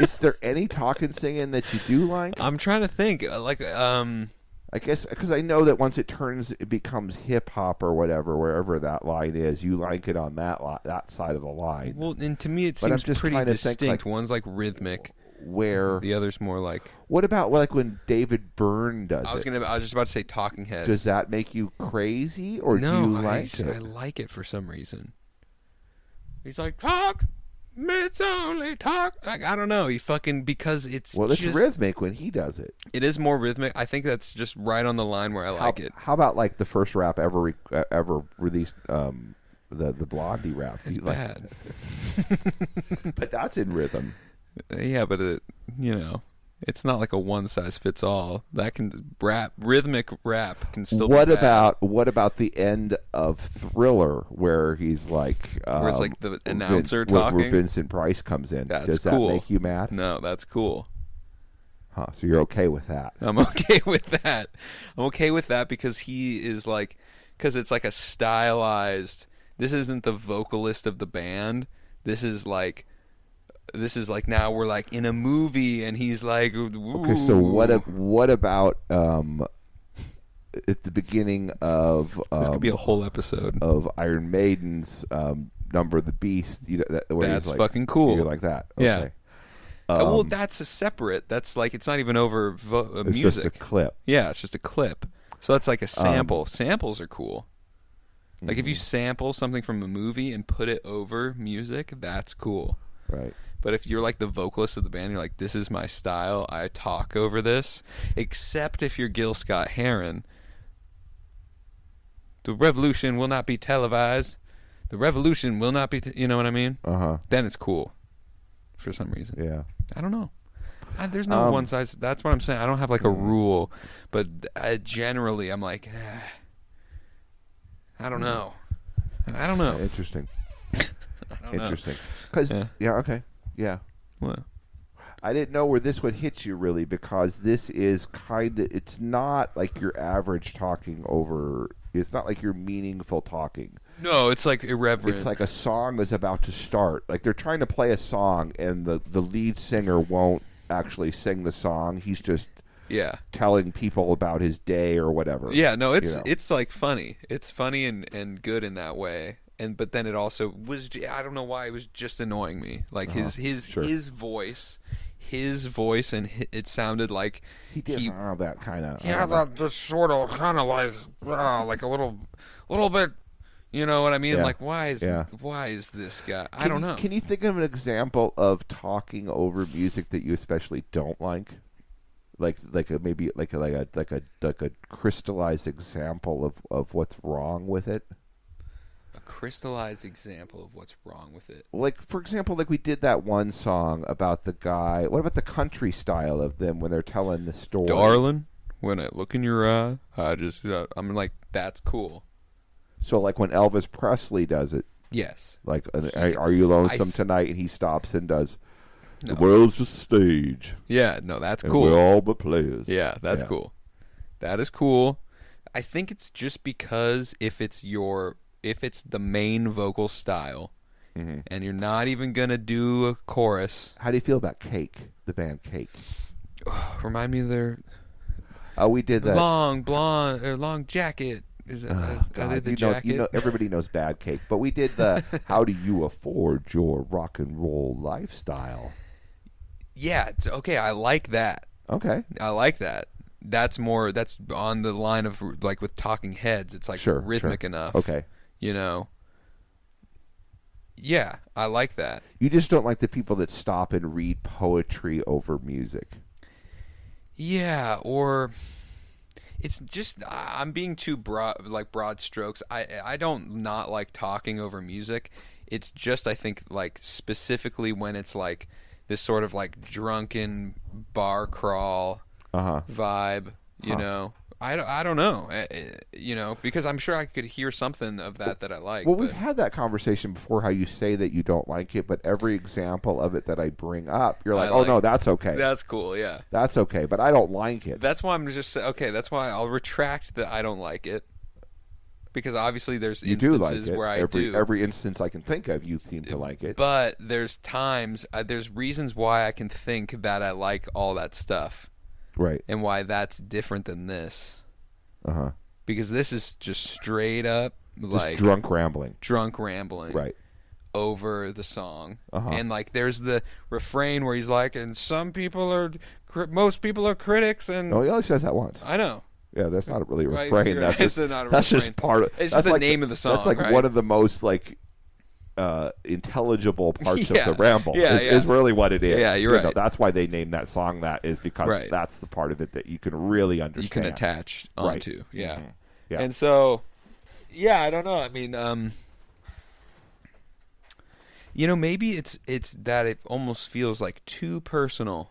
Speaker 3: Is there any talking singing that you do like?
Speaker 2: I'm trying to think, uh, like, um,
Speaker 3: I guess because I know that once it turns, it becomes hip hop or whatever, wherever that line is. You like it on that li- that side of the line.
Speaker 2: well, and to me it
Speaker 3: But I'm
Speaker 2: seems
Speaker 3: just
Speaker 2: pretty
Speaker 3: trying to think,
Speaker 2: distinct.
Speaker 3: like-
Speaker 2: One's like rhythmic,
Speaker 3: where?
Speaker 2: the other's more like.
Speaker 3: What about like when David Byrne does
Speaker 2: I was
Speaker 3: it?
Speaker 2: gonna, I was just about to say Talking Heads.
Speaker 3: Does that make you crazy or
Speaker 2: no,
Speaker 3: do you
Speaker 2: I,
Speaker 3: like
Speaker 2: I
Speaker 3: it?
Speaker 2: like it for some reason. He's like talk, it's only talk. Like I don't know. He fucking because it's
Speaker 3: well, it's
Speaker 2: just-
Speaker 3: rhythmic when he does it.
Speaker 2: It is more rhythmic. I think that's just right on the line where I
Speaker 3: How,
Speaker 2: like it.
Speaker 3: how about like the first rap ever re- uh, ever released? Um, the the Blondie rap. Do
Speaker 2: It's
Speaker 3: you like-
Speaker 2: bad.
Speaker 3: but that's in rhythm.
Speaker 2: Yeah, but it, you know, it's not like a one size fits all. That can rap, rhythmic rap can still. be
Speaker 3: what
Speaker 2: bad.
Speaker 3: about what about the end of Thriller where he's like um,
Speaker 2: Where it's like the
Speaker 3: Vin-
Speaker 2: announcer
Speaker 3: where- where
Speaker 2: talking?
Speaker 3: Vincent Price comes in.
Speaker 2: That's
Speaker 3: Does
Speaker 2: cool.
Speaker 3: that make you mad?
Speaker 2: No, that's cool.
Speaker 3: Huh, so you're okay with that?
Speaker 2: I'm okay with that. I'm okay with that because he is like, because it's like a stylized. This isn't the vocalist of the band. This is like, this is like now we're like in a movie and he's like.
Speaker 3: Okay, so what
Speaker 2: "Ooh."
Speaker 3: ab- what about um, at the beginning of
Speaker 2: This
Speaker 3: um, oh,
Speaker 2: could be a whole episode.
Speaker 3: of Iron Maiden's um, Number of the Beast? You know, that, where he's
Speaker 2: That's
Speaker 3: like-
Speaker 2: fucking cool.
Speaker 3: You're like that.
Speaker 2: Yeah.
Speaker 3: Okay. Um,
Speaker 2: Uh, well, that's a separate. That's like it's not even over vo- uh,
Speaker 3: It's
Speaker 2: music.
Speaker 3: just a Um, clip.
Speaker 2: Yeah, it's just a clip. So that's like a sample. Samples are cool. Like if you
Speaker 3: mm-hmm.
Speaker 2: sample something from a movie and put it over music, that's cool.
Speaker 3: Right.
Speaker 2: But if you're like the vocalist of the band, you're like, this is my style. I talk over this. Except if you're Gil Scott Heron. The revolution will not be televised. The revolution will not be. T-, you know what I mean?
Speaker 3: Uh huh.
Speaker 2: Then it's cool, for some reason.
Speaker 3: Yeah. Um,
Speaker 2: I don't know. I, there's no one size. That's what I'm saying. I don't have like
Speaker 3: mm.
Speaker 2: a rule, but I, generally I'm like, "Ah, I
Speaker 3: Mm.
Speaker 2: don't know. I don't know.
Speaker 3: Interesting.
Speaker 2: I don't know.
Speaker 3: Interesting. Because
Speaker 2: Yeah.
Speaker 3: yeah. Okay. Yeah.
Speaker 2: Well,
Speaker 3: I didn't know where this would hit you really because this is kind of it's not like your average talking over it's not like your meaningful talking.
Speaker 2: no, it's like irreverent.
Speaker 3: It's like a song is about to start. Like they're trying to play a song and the the lead singer won't actually sing the song. He's just
Speaker 2: yeah,
Speaker 3: telling people about his day or whatever.
Speaker 2: yeah. No, it's
Speaker 3: You know.
Speaker 2: it's like funny. It's funny and and good in that way. And but then it also was. j- I don't know why it was just annoying me. Like his his
Speaker 3: Uh-huh. Sure.
Speaker 2: his voice, his voice, and hi it sounded like
Speaker 3: He did
Speaker 2: he
Speaker 3: all that kind of
Speaker 2: Yeah, that just sort of kind of like uh, like a little little bit you know what I mean?
Speaker 3: Yeah.
Speaker 2: Like why is
Speaker 3: Yeah.
Speaker 2: why is this guy I
Speaker 3: Can
Speaker 2: don't
Speaker 3: you-
Speaker 2: know.
Speaker 3: Can you think of an example of talking over music that you especially don't like? Like like a maybe like a, like a like a like a crystallized example of of what's wrong with it.
Speaker 2: a crystallized example of what's wrong with it.
Speaker 3: Like for example, like we did that one song about the guy. What about the country style of them when they're telling the story?
Speaker 2: Darling, when I look in your eye, I just uh, I'm like that's cool.
Speaker 3: So like when Elvis Presley does it,
Speaker 2: Yes.
Speaker 3: like uh, are, are you lonesome
Speaker 2: I-
Speaker 3: tonight? And he stops and does.
Speaker 2: No.
Speaker 3: The world's just a stage,
Speaker 2: Yeah, no, that's
Speaker 3: and
Speaker 2: cool.
Speaker 3: we're all but players.
Speaker 2: Yeah, that's
Speaker 3: Yeah.
Speaker 2: cool. That is cool. I think it's just because if it's your if it's the main vocal style
Speaker 3: Mm-hmm.
Speaker 2: and you're not even going to do a chorus,
Speaker 3: How do you feel about Cake, the band Cake?
Speaker 2: remind me of their
Speaker 3: Oh, we did that. Oh,
Speaker 2: long blonde or long jacket. Is it, are they
Speaker 3: God,
Speaker 2: the
Speaker 3: you know,
Speaker 2: jacket?
Speaker 3: you know, everybody knows bad cake, but we did the "How do you afford your rock and roll lifestyle?"
Speaker 2: yeah. It's, okay, I like that.
Speaker 3: Okay,
Speaker 2: I like that. That's more. That's on the line of like with talking heads. It's like
Speaker 3: sure,
Speaker 2: rhythmic
Speaker 3: sure.
Speaker 2: enough.
Speaker 3: Okay,
Speaker 2: you know. Yeah, I like that.
Speaker 3: you just don't like the people that stop and read poetry over music.
Speaker 2: Yeah, or it's just I- I'm being too broad, like broad strokes. I I don't not like talking over music. It's just I think like specifically when it's like this sort of like drunken bar crawl
Speaker 3: Uh-huh.
Speaker 2: vibe, you know. I don't, I don't know, eh, eh, you know, because I'm sure I could hear something of that that I like.
Speaker 3: Well,
Speaker 2: but-
Speaker 3: we've had that conversation before. How you say that you don't like it, but every example of it that I bring up, you're
Speaker 2: I
Speaker 3: like, "Oh no,
Speaker 2: like-
Speaker 3: that's okay.
Speaker 2: that's cool, yeah.
Speaker 3: that's okay." But I don't like it.
Speaker 2: That's why I'm just sa- okay. That's why I'll retract that I don't like it, because obviously there's
Speaker 3: you do like
Speaker 2: instances
Speaker 3: it.
Speaker 2: where I
Speaker 3: every
Speaker 2: do.
Speaker 3: every instance I can think of, you seem to like it.
Speaker 2: but there's times, uh, there's reasons why I can think that I like all that stuff
Speaker 3: right.
Speaker 2: and why that's different than this,
Speaker 3: Uh huh.
Speaker 2: because this is just straight up
Speaker 3: Just
Speaker 2: like
Speaker 3: drunk rambling.
Speaker 2: drunk rambling,
Speaker 3: Right. Uh-huh.
Speaker 2: over the song. And like there's the refrain where he's like, and some people are, cri- most people are critics, and
Speaker 3: No, Oh, he only says that once.
Speaker 2: I know.
Speaker 3: Yeah, that's not really a
Speaker 2: Right,
Speaker 3: refrain.
Speaker 2: you're
Speaker 3: that's
Speaker 2: right.
Speaker 3: just,
Speaker 2: It's not a
Speaker 3: that's just
Speaker 2: refrain.
Speaker 3: part of.
Speaker 2: It's
Speaker 3: that's
Speaker 2: the
Speaker 3: like
Speaker 2: name of the song,
Speaker 3: That's like
Speaker 2: right?
Speaker 3: one of the most like uh, intelligible parts
Speaker 2: Yeah.
Speaker 3: of the ramble.
Speaker 2: Yeah,
Speaker 3: is,
Speaker 2: yeah.
Speaker 3: is really what it is.
Speaker 2: Yeah, you're
Speaker 3: You know,
Speaker 2: right.
Speaker 3: that's why they named that song that is because
Speaker 2: Right.
Speaker 3: that's the part of it that you can really understand.
Speaker 2: you can attach
Speaker 3: Right.
Speaker 2: onto. Yeah.
Speaker 3: Mhm. Yeah.
Speaker 2: And so yeah, I don't know. I mean, um you know, maybe it's it's that it almost feels like too personal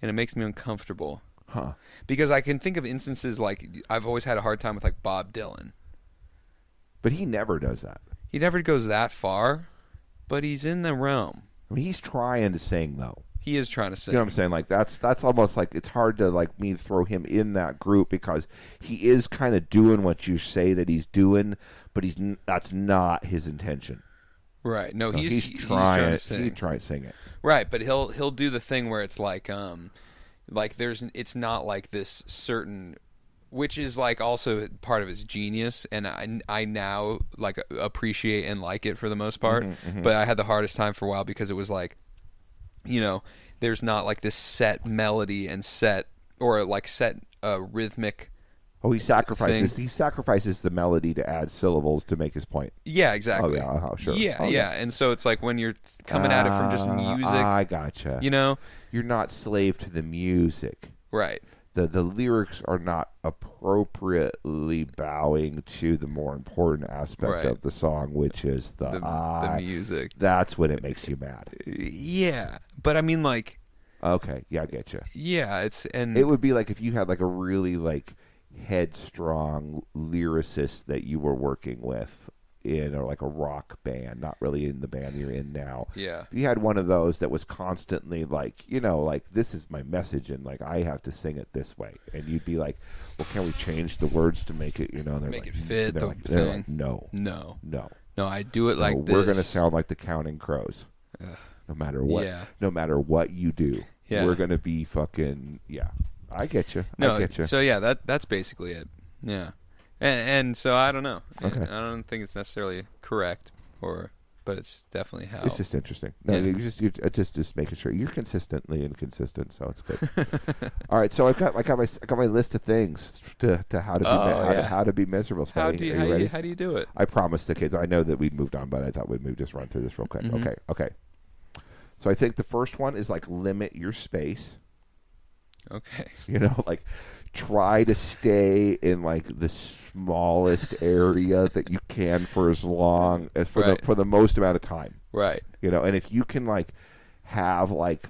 Speaker 2: and it makes me uncomfortable.
Speaker 3: Huh.
Speaker 2: Because I can think of instances like I've always had a hard time with like Bob Dylan.
Speaker 3: But he never does that.
Speaker 2: He never goes that far, but he's in the realm.
Speaker 3: I mean, he's trying to sing though.
Speaker 2: He is trying to sing.
Speaker 3: You know what I'm saying? Like that's that's almost like it's hard to like me throw him in that group because he is kind of doing what you say that he's doing, but he's n- that's not his intention.
Speaker 2: right. No,
Speaker 3: No,
Speaker 2: he's,
Speaker 3: he's,
Speaker 2: he's
Speaker 3: trying.
Speaker 2: to
Speaker 3: He's
Speaker 2: sing.
Speaker 3: trying to sing it.
Speaker 2: Right, but he'll he'll do the thing where it's like um like there's it's not like this certain which is like also part of his genius and I, I now like appreciate and like it for the most part
Speaker 3: Mm-hmm,
Speaker 2: but I had the hardest time for a while because it was like you know there's not like this set melody and set or like set uh, rhythmic
Speaker 3: Oh, he sacrifices.
Speaker 2: Thing.
Speaker 3: He sacrifices the melody to add syllables to make his point.
Speaker 2: yeah exactly
Speaker 3: yeah, uh-huh, sure.
Speaker 2: yeah,
Speaker 3: Oh,
Speaker 2: yeah
Speaker 3: yeah.
Speaker 2: and so it's like when you're coming at it from just
Speaker 3: Ah,
Speaker 2: music
Speaker 3: I gotcha.
Speaker 2: you know
Speaker 3: you're not slave to the music.
Speaker 2: right
Speaker 3: the The lyrics are not appropriately bowing to the more important aspect
Speaker 2: Right.
Speaker 3: of the song, which is the,
Speaker 2: the,
Speaker 3: I.
Speaker 2: the music
Speaker 3: That's when it makes you mad.
Speaker 2: Yeah, but I mean, like,
Speaker 3: Okay, yeah, I get you.
Speaker 2: yeah, it's and
Speaker 3: It would be like if you had like a really like headstrong lyricist that you were working with in or like a rock band, not really in the band you're in now.
Speaker 2: Yeah.
Speaker 3: If you had one of those that was constantly like, you know, like this is my message and like I have to sing it this way. And you'd be like, Well, can we change the words to make it you know, and they're
Speaker 2: Make
Speaker 3: like,
Speaker 2: it fit
Speaker 3: they're
Speaker 2: the
Speaker 3: like, they're like,
Speaker 2: thing.
Speaker 3: no.
Speaker 2: no,
Speaker 3: No.
Speaker 2: no, I do it like
Speaker 3: no,
Speaker 2: this.
Speaker 3: we're gonna sound like the counting crows. No matter what,
Speaker 2: Yeah.
Speaker 3: no matter what you do,
Speaker 2: Yeah.
Speaker 3: we're gonna be fucking yeah. I get you.
Speaker 2: no,
Speaker 3: I get you.
Speaker 2: so yeah, that that's basically it. Yeah, and and so I don't know.
Speaker 3: Okay.
Speaker 2: I don't think it's necessarily correct or, but it's definitely how.
Speaker 3: It's just interesting. No,
Speaker 2: Yeah.
Speaker 3: you just you uh, just just making sure you're consistently inconsistent, so it's good. All right, so I've got I got my s- I got my list of things to, to how to be
Speaker 2: Oh,
Speaker 3: mi- how, to,
Speaker 2: yeah.
Speaker 3: how to be miserable.
Speaker 2: how
Speaker 3: Scotty.
Speaker 2: do you,
Speaker 3: Are
Speaker 2: how,
Speaker 3: you
Speaker 2: do
Speaker 3: ready?
Speaker 2: you how do you do it?
Speaker 3: I promised the kids. I know that we'd moved on, but I thought we'd move just run through this real quick.
Speaker 2: Mm-hmm.
Speaker 3: Okay, okay. So I think the first one is like limit your space.
Speaker 2: Okay,
Speaker 3: You know, like try to stay in like the smallest area that you can for as long as for
Speaker 2: Right.
Speaker 3: the for the most amount of time
Speaker 2: right,
Speaker 3: you know and if you can like have like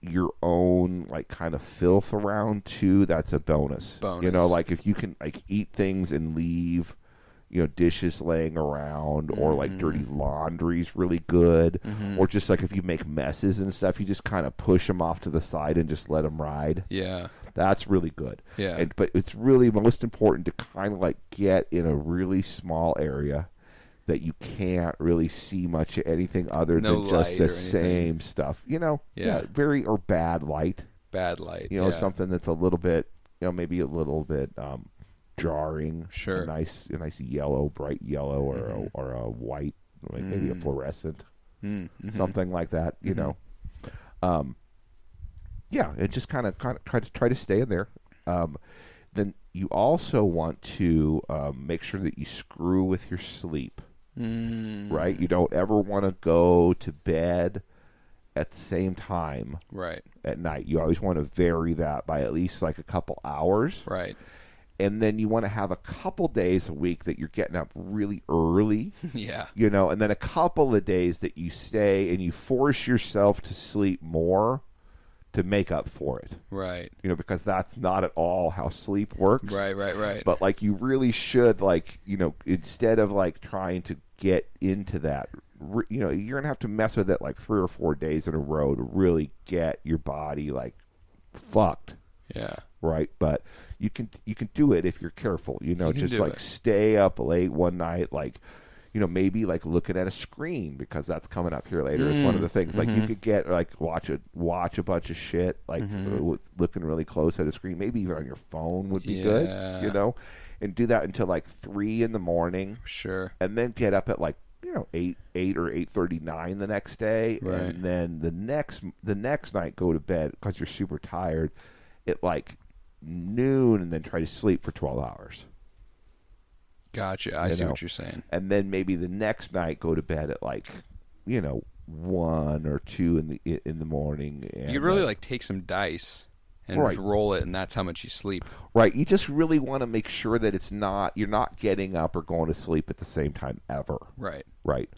Speaker 3: your own like kind of filth around too that's a bonus you know
Speaker 2: Bonus.
Speaker 3: like if you can like eat things and leave you know dishes laying around or like dirty
Speaker 2: Mm.
Speaker 3: laundry's really good
Speaker 2: Mm-hmm.
Speaker 3: or just like if you make messes and stuff you just kind of push them off to the side and just let them ride
Speaker 2: yeah,
Speaker 3: that's really good
Speaker 2: Yeah.
Speaker 3: and, but it's really most important to kind of like get in a really small area that you can't really see much of anything other
Speaker 2: No
Speaker 3: than just
Speaker 2: light
Speaker 3: the
Speaker 2: or anything.
Speaker 3: same stuff you know
Speaker 2: Yeah.
Speaker 3: very or bad light
Speaker 2: bad light.
Speaker 3: you know
Speaker 2: yeah.
Speaker 3: something that's a little bit you know maybe a little bit um jarring
Speaker 2: Sure. Mm-hmm.
Speaker 3: a nice a nice yellow bright yellow or a, or a white like maybe
Speaker 2: Mm.
Speaker 3: a fluorescent
Speaker 2: mm-hmm.
Speaker 3: something like that you know Um, yeah, it just kind of kind of try to try to stay in there. Um, then you also want to um, make sure that you screw with your sleep, right?
Speaker 2: Mm.
Speaker 3: You don't ever want to go to bed at the same time
Speaker 2: Right,
Speaker 3: at night. You always want to vary that by at least like a couple hours
Speaker 2: right,
Speaker 3: and then you want to have a couple days a week that you're getting up really early
Speaker 2: yeah.
Speaker 3: you know, and then a couple of days that you stay and you force yourself to sleep more to make up for it,
Speaker 2: Right.
Speaker 3: you know, because that's not at all how sleep works.
Speaker 2: Right. Right. Right.
Speaker 3: But like, you really should, like, you know, instead of like trying to get into that, re- you know, you're going to have to mess with it like three or four days in a row to really get your body like fucked
Speaker 2: yeah.
Speaker 3: right? But you can you can do it if you're careful. You know,
Speaker 2: can
Speaker 3: just
Speaker 2: do
Speaker 3: like
Speaker 2: it.
Speaker 3: stay up late one night, like you know, maybe like looking at a screen because that's coming up here later is
Speaker 2: Mm,
Speaker 3: one of the things. Like
Speaker 2: mm-hmm.
Speaker 3: you could get like watch a watch a bunch of shit, like
Speaker 2: Mm-hmm.
Speaker 3: w- looking really close at a screen. Maybe even on your phone would be
Speaker 2: Yeah.
Speaker 3: good, you know, and do that until like three in the morning
Speaker 2: Sure.
Speaker 3: and then get up at like you know eight eight or eight thirty nine the next day,
Speaker 2: Right.
Speaker 3: and then the next the next night go to bed because you're super tired at like noon, and then try to sleep for twelve hours,
Speaker 2: Gotcha. I
Speaker 3: You
Speaker 2: see
Speaker 3: know.
Speaker 2: what you're saying.
Speaker 3: and then maybe the next night go to bed at like you know one or two in the in the morning. And
Speaker 2: you really
Speaker 3: uh,
Speaker 2: like take some dice and
Speaker 3: Right.
Speaker 2: just roll it, and that's how much you sleep.
Speaker 3: right. You just really want to make sure that it's not you're not getting up or going to sleep at the same time ever.
Speaker 2: Right.
Speaker 3: Right.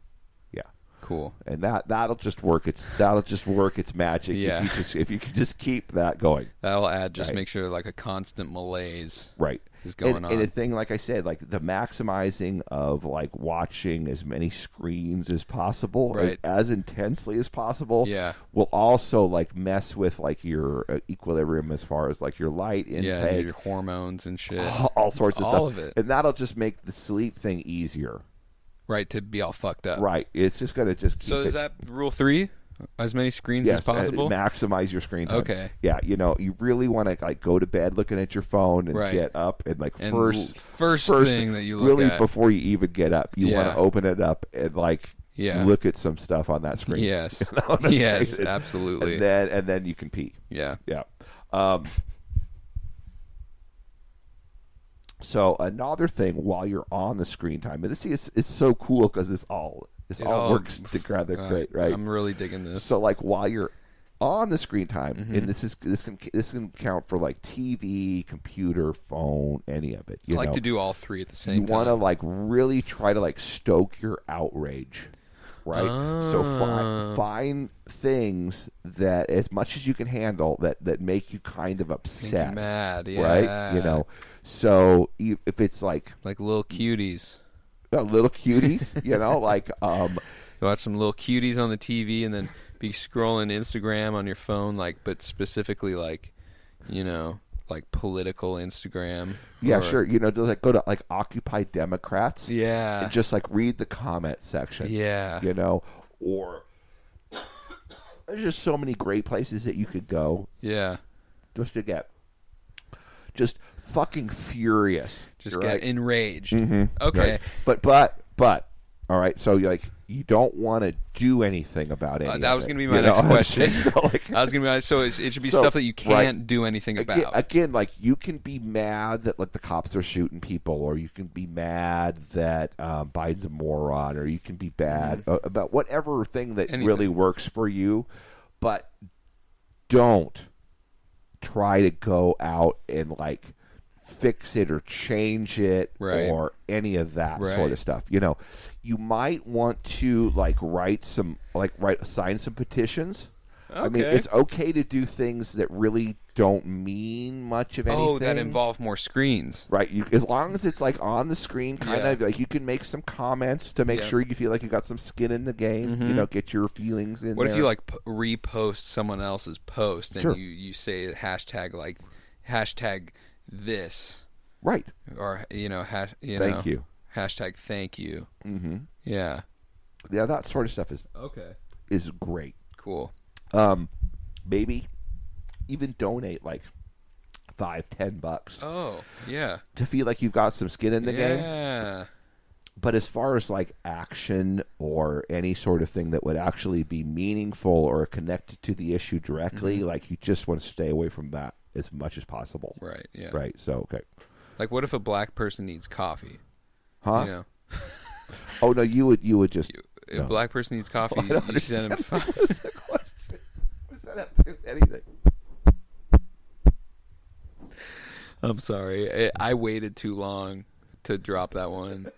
Speaker 3: Yeah.
Speaker 2: Cool.
Speaker 3: and that that'll just work. It's that'll just work. It's magic.
Speaker 2: Yeah.
Speaker 3: If you, just, if you can just keep that going,
Speaker 2: That'll add. Just
Speaker 3: Right.
Speaker 2: make sure like a constant malaise.
Speaker 3: right?
Speaker 2: Is going
Speaker 3: and,
Speaker 2: on.
Speaker 3: And a thing like I said, like the maximizing of like watching as many screens as possible,
Speaker 2: Right.
Speaker 3: as, as intensely as possible.
Speaker 2: Yeah.
Speaker 3: Will also like mess with like your uh, equilibrium as far as like your light intake.
Speaker 2: Yeah. and Your hormones and shit.
Speaker 3: all, all sorts of
Speaker 2: All of
Speaker 3: stuff,
Speaker 2: it.
Speaker 3: and that'll just make the sleep thing easier,
Speaker 2: Right. To be all fucked up.
Speaker 3: right? It's just gonna just keep
Speaker 2: So
Speaker 3: it,
Speaker 2: is that rule three? As many screens as
Speaker 3: uh,
Speaker 2: possible.
Speaker 3: Maximize your screen time.
Speaker 2: Okay.
Speaker 3: Yeah, you know, you really want to like go to bed looking at your phone and
Speaker 2: Right.
Speaker 3: get up and like
Speaker 2: And
Speaker 3: first,
Speaker 2: l- first thing that you look
Speaker 3: really
Speaker 2: at.
Speaker 3: before you even get up, you want
Speaker 2: Yeah.
Speaker 3: to open it up and like
Speaker 2: Yeah.
Speaker 3: look at some stuff on that screen.
Speaker 2: Yes.
Speaker 3: You know what I'm
Speaker 2: yes.
Speaker 3: saying?
Speaker 2: Absolutely.
Speaker 3: And then and then you can pee.
Speaker 2: yeah.
Speaker 3: Yeah. Um, so another thing while you're on the screen time, and this is it's so cool because this all this
Speaker 2: It
Speaker 3: all,
Speaker 2: all-
Speaker 3: works together
Speaker 2: Uh,
Speaker 3: great, right?
Speaker 2: I'm really digging this.
Speaker 3: So like while you're on the screen time,
Speaker 2: Mm-hmm.
Speaker 3: and this is this can this can count for like TV, computer, phone, any of it.
Speaker 2: I
Speaker 3: You
Speaker 2: like
Speaker 3: know?
Speaker 2: to do all three at the
Speaker 3: You
Speaker 2: same
Speaker 3: want to
Speaker 2: time.
Speaker 3: like really try to like stoke your outrage, right? So
Speaker 2: Ah.
Speaker 3: find find things that as much as you can handle that that make you kind of
Speaker 2: Make
Speaker 3: upset,
Speaker 2: you mad. Yeah.
Speaker 3: right? You know. So you, if it's like
Speaker 2: Like little cuties.
Speaker 3: uh, little cuties, you know, like um,
Speaker 2: watch some little cuties on the TV and then be scrolling Instagram on your phone, like, but specifically like, you know, like political Instagram.
Speaker 3: yeah,
Speaker 2: or-
Speaker 3: sure, you know, just like go to like Occupy Democrats,
Speaker 2: Yeah.
Speaker 3: and just like read the comment section.
Speaker 2: Yeah.
Speaker 3: You know, or there's just so many great places that you could go
Speaker 2: yeah.
Speaker 3: just to get just fucking furious.
Speaker 2: Just get
Speaker 3: right? Mm-hmm.
Speaker 2: enraged.
Speaker 3: Right?
Speaker 2: Okay. Uh,
Speaker 3: But but but all right, so you're like you don't want to do anything about it.
Speaker 2: Uh, that was going to be my next question.
Speaker 3: so like,
Speaker 2: I was going to be like, so it, it should be
Speaker 3: So,
Speaker 2: stuff that you
Speaker 3: right.
Speaker 2: can't do anything about.
Speaker 3: Again, again, like you can be mad that like the cops are shooting people, or you can be mad that um, Biden's a moron, or you can be bad uh, about whatever thing that
Speaker 2: Mm-hmm. Anything.
Speaker 3: really works for you, but don't try to go out and like fix it or change it
Speaker 2: Right.
Speaker 3: or any of that sort
Speaker 2: Right.
Speaker 3: of stuff. You know, you might want to like write some like write sign some petitions. I mean,
Speaker 2: Okay.
Speaker 3: it's okay to do things that really don't mean much of anything.
Speaker 2: oh, that involve more screens.
Speaker 3: right. You, as long as it's like on the screen, kind
Speaker 2: Yeah.
Speaker 3: of like you can make some comments to make
Speaker 2: Yeah. Mm-hmm.
Speaker 3: sure you feel like you got some skin in the game. You know, get your feelings in.
Speaker 2: What if
Speaker 3: there.
Speaker 2: you like p- repost someone else's post and
Speaker 3: Sure.
Speaker 2: you you say hashtag like hashtag this
Speaker 3: right?
Speaker 2: or you know hash you
Speaker 3: Thank
Speaker 2: know,
Speaker 3: you.
Speaker 2: hashtag thank you. Mm-hmm. Yeah.
Speaker 3: Yeah, that sort of stuff is
Speaker 2: Okay.
Speaker 3: is great.
Speaker 2: Cool.
Speaker 3: Um, maybe even donate like five, ten bucks
Speaker 2: Oh yeah.
Speaker 3: to feel like you've got some skin in the game.
Speaker 2: yeah.
Speaker 3: but as far as like action or any sort of thing that would actually be meaningful or connected to the issue directly,
Speaker 2: Mm-hmm.
Speaker 3: like you just want to stay away from that as much as possible.
Speaker 2: Right. Yeah.
Speaker 3: Right. So okay.
Speaker 2: Like, what if a black person needs coffee?
Speaker 3: Huh?
Speaker 2: You know,
Speaker 3: Oh no, you would you would just
Speaker 2: if
Speaker 3: no.
Speaker 2: a black person needs coffee,
Speaker 3: I don't
Speaker 2: you send them.
Speaker 3: understand. What was the question? Was that have to do with anything?
Speaker 2: I'm sorry. I, I waited too long to drop that one.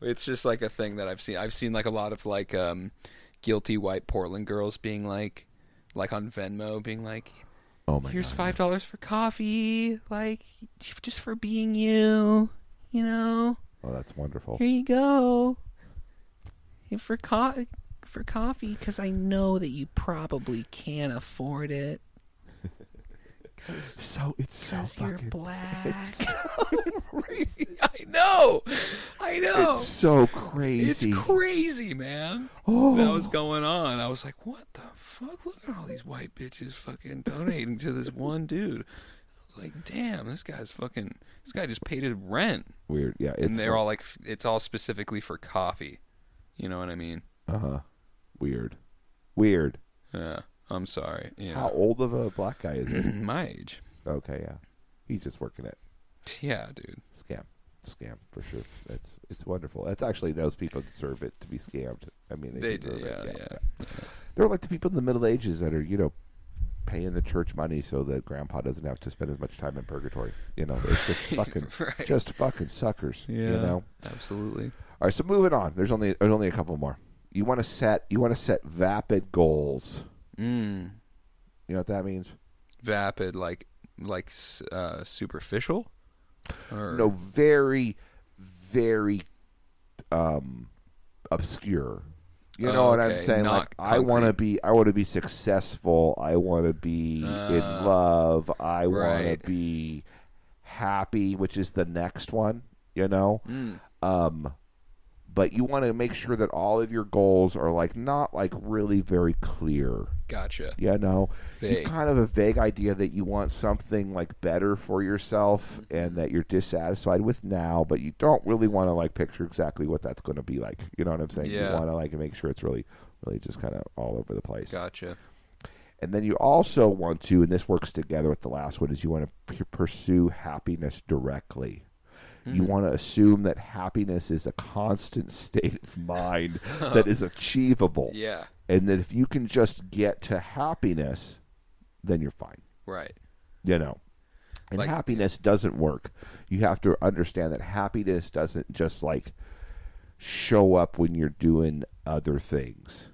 Speaker 2: It's just like a thing that I've seen. I've seen like a lot of like um, guilty white Portland girls being like, like on Venmo, being like,
Speaker 3: Oh my
Speaker 2: "Here's
Speaker 3: god.
Speaker 2: five dollars for coffee, like just for being you, you know."
Speaker 3: Oh, that's wonderful.
Speaker 2: Here you go. And for co- for coffee cuz I know that you probably can't afford it
Speaker 3: So it's so
Speaker 2: cuz you're
Speaker 3: fucking.
Speaker 2: black. I know. I know.
Speaker 3: It's so crazy.
Speaker 2: It's crazy, man.
Speaker 3: Oh.
Speaker 2: That was going on. I was like, what the fuck? Look at all these white bitches fucking donating to this one dude. I was Like, damn, this guy's fucking. This guy just paid his rent,
Speaker 3: Weird. Yeah. It's
Speaker 2: and they're all like, it's all specifically for coffee. You know what I mean?
Speaker 3: Uh huh. Weird. Weird.
Speaker 2: Yeah. I'm sorry. You
Speaker 3: How
Speaker 2: know,
Speaker 3: old of a black guy is he?
Speaker 2: my age.
Speaker 3: okay. Yeah. He's just working it.
Speaker 2: Yeah, dude.
Speaker 3: Scam. Scam for sure. That's it's wonderful. That's actually those people deserve it to be scammed. I mean, they,
Speaker 2: They do.
Speaker 3: deserve
Speaker 2: Yeah,
Speaker 3: it.
Speaker 2: yeah.
Speaker 3: They're like the people in the Middle Ages that are, you know, paying the church money so that grandpa doesn't have to spend as much time in purgatory. You know, it's just fucking,
Speaker 2: Right.
Speaker 3: just fucking suckers. You
Speaker 2: Yeah.
Speaker 3: know.
Speaker 2: Absolutely.
Speaker 3: All right, so moving on. There's only there's only a couple more. You want to set you want to set vapid goals.
Speaker 2: Mm.
Speaker 3: You know what that means?
Speaker 2: Vapid, like, like s- uh, superficial. Or
Speaker 3: No, very, very, um, obscure. You know what I'm
Speaker 2: Okay,
Speaker 3: saying?
Speaker 2: not
Speaker 3: Like, I want to
Speaker 2: concrete.
Speaker 3: be, I want to be successful. I want to be in love. I want
Speaker 2: Uh, right.
Speaker 3: to be happy, which is the next one. You know,
Speaker 2: Mm.
Speaker 3: um, but you want to make sure that all of your goals are like not like really very clear.
Speaker 2: Gotcha.
Speaker 3: you know you
Speaker 2: Vague.
Speaker 3: kind of a vague idea that you want something like better for yourself and that you're dissatisfied with now but you don't really want to like picture exactly what that's going to be like you know what i'm saying you
Speaker 2: Yeah.
Speaker 3: want to like make sure it's really really just kind of all over the place
Speaker 2: Gotcha.
Speaker 3: and then you also want to and this works together with the last one is you want to p- pursue happiness directly
Speaker 2: Hmm.
Speaker 3: you want to assume that happiness is a constant state of mind that is achievable
Speaker 2: Yeah.
Speaker 3: and that if you can just get to happiness, then you're fine.
Speaker 2: Right.
Speaker 3: You know, and
Speaker 2: Like-
Speaker 3: happiness doesn't work. You have to understand that happiness doesn't just like show up when you're doing other things.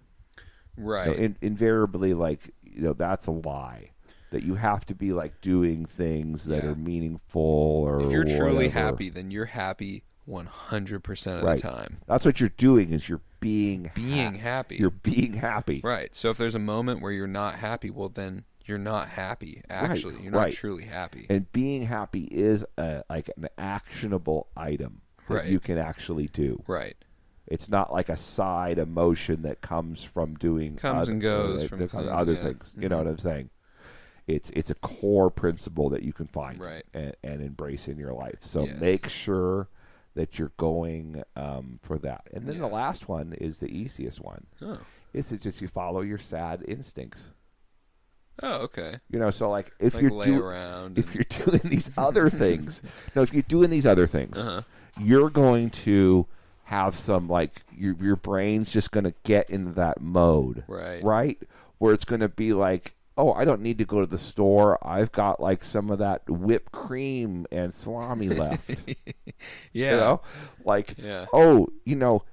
Speaker 2: Right.
Speaker 3: You know, in, invariably, like you know, that's a lie. That you have to be like doing things that
Speaker 2: Yeah.
Speaker 3: are meaningful or
Speaker 2: if you're truly
Speaker 3: whatever.
Speaker 2: happy, then you're happy 100% of
Speaker 3: right?
Speaker 2: the time.
Speaker 3: That's what you're doing is you're being
Speaker 2: Being
Speaker 3: hap-
Speaker 2: happy.
Speaker 3: You're being happy.
Speaker 2: right. So if there's a moment where you're not happy, well, then you're not happy, actually. You're not
Speaker 3: right.
Speaker 2: truly happy.
Speaker 3: and being happy is a, like an actionable item that
Speaker 2: Right.
Speaker 3: you can actually do.
Speaker 2: right.
Speaker 3: It's not like a side emotion that comes from doing
Speaker 2: Comes
Speaker 3: other,
Speaker 2: and goes
Speaker 3: that-
Speaker 2: from
Speaker 3: that comes
Speaker 2: things,
Speaker 3: other
Speaker 2: yeah. Mm-hmm.
Speaker 3: things. You know what I'm saying? It's it's a core principle that you can find
Speaker 2: Right.
Speaker 3: and, and embrace in your life. So
Speaker 2: Yes.
Speaker 3: make sure that you're going um, for that. And then the
Speaker 2: Yeah.
Speaker 3: last one is the easiest one.
Speaker 2: Oh.
Speaker 3: This is just you follow your sad instincts.
Speaker 2: Oh, okay.
Speaker 3: You know, so like if
Speaker 2: Like
Speaker 3: you're
Speaker 2: lay
Speaker 3: doing
Speaker 2: around.
Speaker 3: if
Speaker 2: and-
Speaker 3: you're doing these other things no if you're doing these other things
Speaker 2: Uh-huh.
Speaker 3: you're going to have some like your your brain's just going to get into that mode
Speaker 2: Right.
Speaker 3: right where it's going to be like oh i don't need to go to the store i've got like some of that whipped cream and salami left
Speaker 2: yeah.
Speaker 3: you know like
Speaker 2: Yeah.
Speaker 3: oh you know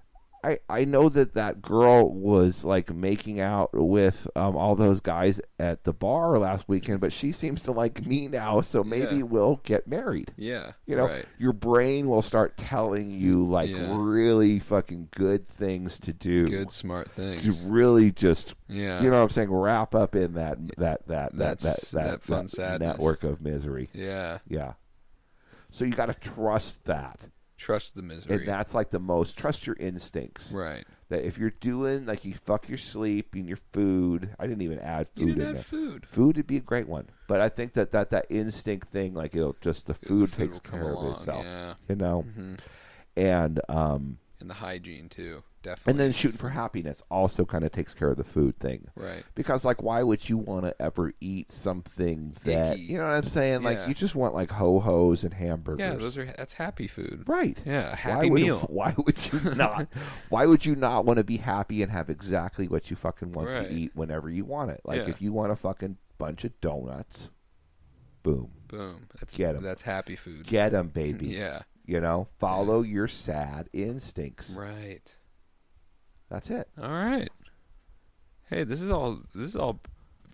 Speaker 3: I, I know that that girl was like making out with um, all those guys at the bar last weekend, but she seems to like me now, so maybe
Speaker 2: Yeah.
Speaker 3: we'll get married.
Speaker 2: Yeah.
Speaker 3: You know,
Speaker 2: Right.
Speaker 3: your brain will start telling you like
Speaker 2: Yeah.
Speaker 3: really fucking good things to do.
Speaker 2: Good, smart things.
Speaker 3: to really just
Speaker 2: Yeah.
Speaker 3: you know what I'm saying, wrap up in that that that that that,
Speaker 2: That's-
Speaker 3: that,
Speaker 2: that fun
Speaker 3: that
Speaker 2: sadness.
Speaker 3: network of misery.
Speaker 2: yeah.
Speaker 3: Yeah. So you gotta trust that.
Speaker 2: Trust the
Speaker 3: And
Speaker 2: misery.
Speaker 3: that's like the most trust your instincts.
Speaker 2: right.
Speaker 3: That if you're doing like you fuck your sleep and your food, I didn't even add food
Speaker 2: You
Speaker 3: in
Speaker 2: didn't
Speaker 3: there.
Speaker 2: have food.
Speaker 3: Food would be a great one, but I think that that, that instinct thing, like it'll just the food,
Speaker 2: food
Speaker 3: takes
Speaker 2: will come
Speaker 3: care
Speaker 2: along,
Speaker 3: of itself,
Speaker 2: yeah. Mm-hmm.
Speaker 3: you know. And um,
Speaker 2: And the hygiene, too. Definitely.
Speaker 3: and then shooting for happiness also kind of takes care of the food thing,
Speaker 2: Right.
Speaker 3: Because like, why would you want to ever eat something that
Speaker 2: Icky.
Speaker 3: you know what I'm saying? Like,
Speaker 2: Yeah.
Speaker 3: you just want like ho hos and hamburgers,
Speaker 2: Yeah, those are that's happy food.
Speaker 3: Right.
Speaker 2: Yeah, a happy
Speaker 3: why would,
Speaker 2: meal.
Speaker 3: Why would you not? why would you not want to be happy and have exactly what you fucking want
Speaker 2: Right.
Speaker 3: to eat whenever you want it? Like
Speaker 2: Yeah.
Speaker 3: if you want a fucking bunch of donuts, Boom.
Speaker 2: Boom. That's
Speaker 3: Get 'em.
Speaker 2: That's happy food.
Speaker 3: Get them, baby.
Speaker 2: Yeah.
Speaker 3: You know, follow your sad instincts.
Speaker 2: Right.
Speaker 3: That's it.
Speaker 2: All right. Hey, this is all. This is all.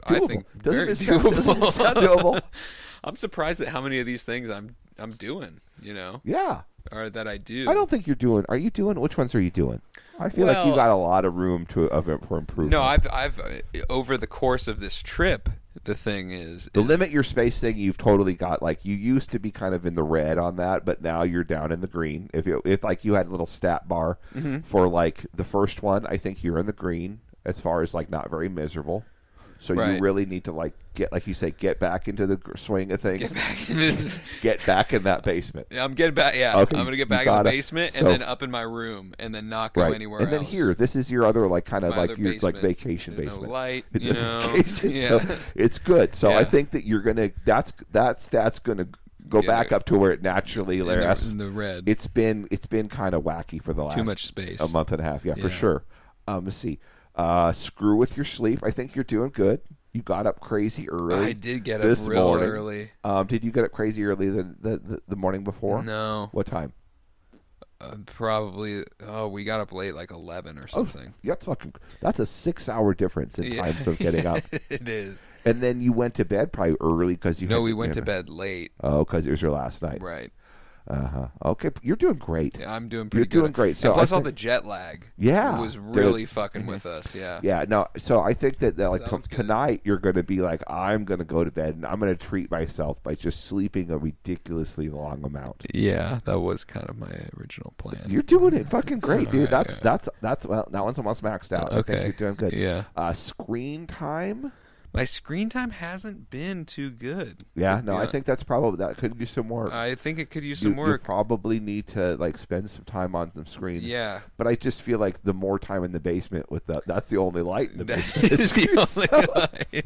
Speaker 2: I
Speaker 3: Doable.
Speaker 2: think
Speaker 3: doesn't
Speaker 2: very
Speaker 3: it sound, doesn't it sound doable?
Speaker 2: I'm surprised at how many of these things I'm I'm doing. You know,
Speaker 3: Yeah.
Speaker 2: or that I do.
Speaker 3: I don't think you're doing. Are you doing? Which ones are you doing? I feel like you
Speaker 2: Well-
Speaker 3: got a lot of room to of, for improvement.
Speaker 2: No, I've I've uh, over the course of this trip, the thing is,
Speaker 3: the
Speaker 2: is-
Speaker 3: limit your space thing you've totally got like you used to be kind of in the red on that but now you're down in the green if you if like you had a little stat bar
Speaker 2: Mm-hmm.
Speaker 3: for like the first one i think you're in the green as far as like not very miserable so
Speaker 2: Right.
Speaker 3: you really need to like get like you say get back into the gr- swing of things
Speaker 2: get back in this.
Speaker 3: Get back in that basement
Speaker 2: I'm getting back. Yeah,
Speaker 3: Okay,
Speaker 2: I'm gonna
Speaker 3: you
Speaker 2: get back in
Speaker 3: gotta-
Speaker 2: the basement
Speaker 3: so-
Speaker 2: and then up in my room and then not go
Speaker 3: right
Speaker 2: anywhere.
Speaker 3: and then
Speaker 2: else.
Speaker 3: here this is your other like kind of
Speaker 2: My
Speaker 3: like
Speaker 2: other
Speaker 3: your like
Speaker 2: basement.
Speaker 3: vacation
Speaker 2: There's no
Speaker 3: basement
Speaker 2: light,
Speaker 3: it's
Speaker 2: you
Speaker 3: a
Speaker 2: know?
Speaker 3: vacation
Speaker 2: Yeah.
Speaker 3: so it's good so i
Speaker 2: Yeah.
Speaker 3: think that you're gonna that's that stat's gonna go
Speaker 2: Yeah.
Speaker 3: back up to where it naturally
Speaker 2: in the,
Speaker 3: lasts
Speaker 2: in the red.
Speaker 3: it's been it's been kind of wacky for the last
Speaker 2: much space.
Speaker 3: a month and a half yeah, for
Speaker 2: Yeah.
Speaker 3: sure um let's see uh screw with your sleep i think you're doing good you got up crazy early
Speaker 2: I did get up
Speaker 3: this
Speaker 2: real
Speaker 3: morning.
Speaker 2: early.
Speaker 3: um did you get up crazy early the the, the, the morning before
Speaker 2: No,
Speaker 3: what time
Speaker 2: uh, probably. Oh, we got up late, like eleven
Speaker 3: Oh,
Speaker 2: or something.
Speaker 3: that's fucking that's a six hour difference in
Speaker 2: Yeah.
Speaker 3: times of getting up
Speaker 2: it is.
Speaker 3: and then you went to bed probably early because you
Speaker 2: No,
Speaker 3: had
Speaker 2: we went to
Speaker 3: dinner.
Speaker 2: bed late.
Speaker 3: oh because it was your last night
Speaker 2: Right.
Speaker 3: uh-huh okay you're doing great
Speaker 2: Yeah, I'm doing pretty good.
Speaker 3: doing great. So
Speaker 2: and plus
Speaker 3: I
Speaker 2: all
Speaker 3: think-
Speaker 2: the jet lag.
Speaker 3: Yeah,
Speaker 2: Was
Speaker 3: dude.
Speaker 2: really fucking with us. Yeah.
Speaker 3: Yeah, no. So I think that, that like t-
Speaker 2: Sounds good.
Speaker 3: tonight you're going to be like, I'm going to go to bed and I'm going to treat myself by just sleeping a ridiculously long amount.
Speaker 2: Yeah, that was kind of my original plan.
Speaker 3: You're doing it fucking great,
Speaker 2: Alright,
Speaker 3: dude. That's
Speaker 2: yeah.
Speaker 3: that's that's well, that one's almost maxed out. I
Speaker 2: Okay.
Speaker 3: think you're doing good.
Speaker 2: Yeah.
Speaker 3: Uh, screen time.
Speaker 2: my screen time hasn't been too good.
Speaker 3: Yeah. No, I
Speaker 2: Yeah.
Speaker 3: think that's probably that could do some work.
Speaker 2: I think it could use
Speaker 3: You-
Speaker 2: some
Speaker 3: you,
Speaker 2: work.
Speaker 3: probably need to like spend some time on some screens.
Speaker 2: Yeah.
Speaker 3: But I just feel like the more time in the basement with that, that's the only light in the
Speaker 2: That
Speaker 3: basement.
Speaker 2: is the only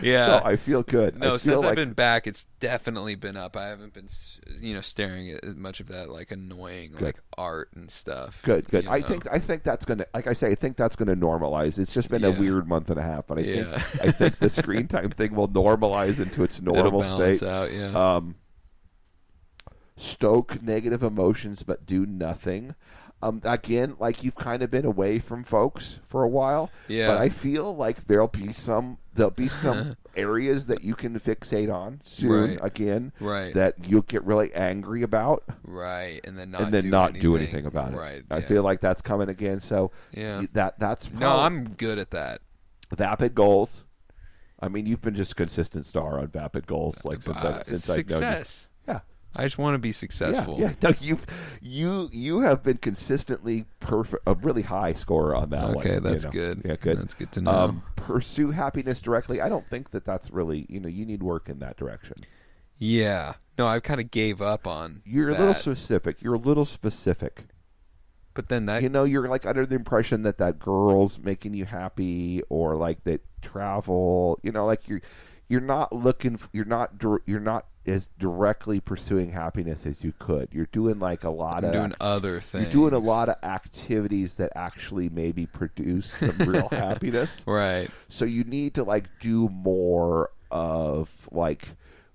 Speaker 2: yeah.
Speaker 3: So I feel good.
Speaker 2: no,
Speaker 3: I
Speaker 2: since
Speaker 3: feel like
Speaker 2: I've been back, it's definitely been up. I haven't been, s- you know, staring at as much of that like annoying like art and stuff.
Speaker 3: Good, good.
Speaker 2: you
Speaker 3: I
Speaker 2: know?
Speaker 3: think I think that's gonna like I say, I think that's gonna normalize. It's just been a
Speaker 2: Yeah.
Speaker 3: weird month and a half, but I
Speaker 2: Yeah.
Speaker 3: think I think the screen time thing will normalize into its
Speaker 2: it'll
Speaker 3: normal
Speaker 2: balance
Speaker 3: state.
Speaker 2: out. Yeah.
Speaker 3: Um, stoke negative emotions but do nothing. Um, again, like you've kind of been away from folks for a while.
Speaker 2: Yeah.
Speaker 3: But I feel like there'll be some there'll be some areas that you can fixate on soon
Speaker 2: Right.
Speaker 3: again.
Speaker 2: Right.
Speaker 3: That you'll get really angry about
Speaker 2: right, and then not
Speaker 3: and then
Speaker 2: do
Speaker 3: not
Speaker 2: anything.
Speaker 3: do anything about it.
Speaker 2: Right.
Speaker 3: I
Speaker 2: yeah.
Speaker 3: feel like that's coming again. So
Speaker 2: Yeah.
Speaker 3: y- that that's
Speaker 2: No,
Speaker 3: probably-
Speaker 2: I'm good at that.
Speaker 3: vapid goals. I mean, you've been just consistent star on vapid goals like since
Speaker 2: Uh,
Speaker 3: I've since I've known you.
Speaker 2: success.
Speaker 3: Yeah.
Speaker 2: I just want to be successful.
Speaker 3: Yeah, yeah. No, you've you you have been consistently perfect, a really high scorer on that one.
Speaker 2: Okay,
Speaker 3: you
Speaker 2: that's
Speaker 3: know.
Speaker 2: good.
Speaker 3: Yeah, good.
Speaker 2: That's good to know.
Speaker 3: Um, pursue happiness directly. I don't think that that's really you know you need work in that direction.
Speaker 2: Yeah. No, I kind of gave up on.
Speaker 3: You're a
Speaker 2: that.
Speaker 3: little specific. You're a little specific.
Speaker 2: But then that.
Speaker 3: you know you're like under the impression that that girl's making you happy or like that travel you know like you're you're not looking f- you're not dir- you're not as directly pursuing happiness as you could you're doing like a lot
Speaker 2: I'm
Speaker 3: of
Speaker 2: doing other things.
Speaker 3: you're doing a lot of activities that actually maybe produce some real happiness
Speaker 2: Right.
Speaker 3: so you need to like do more of like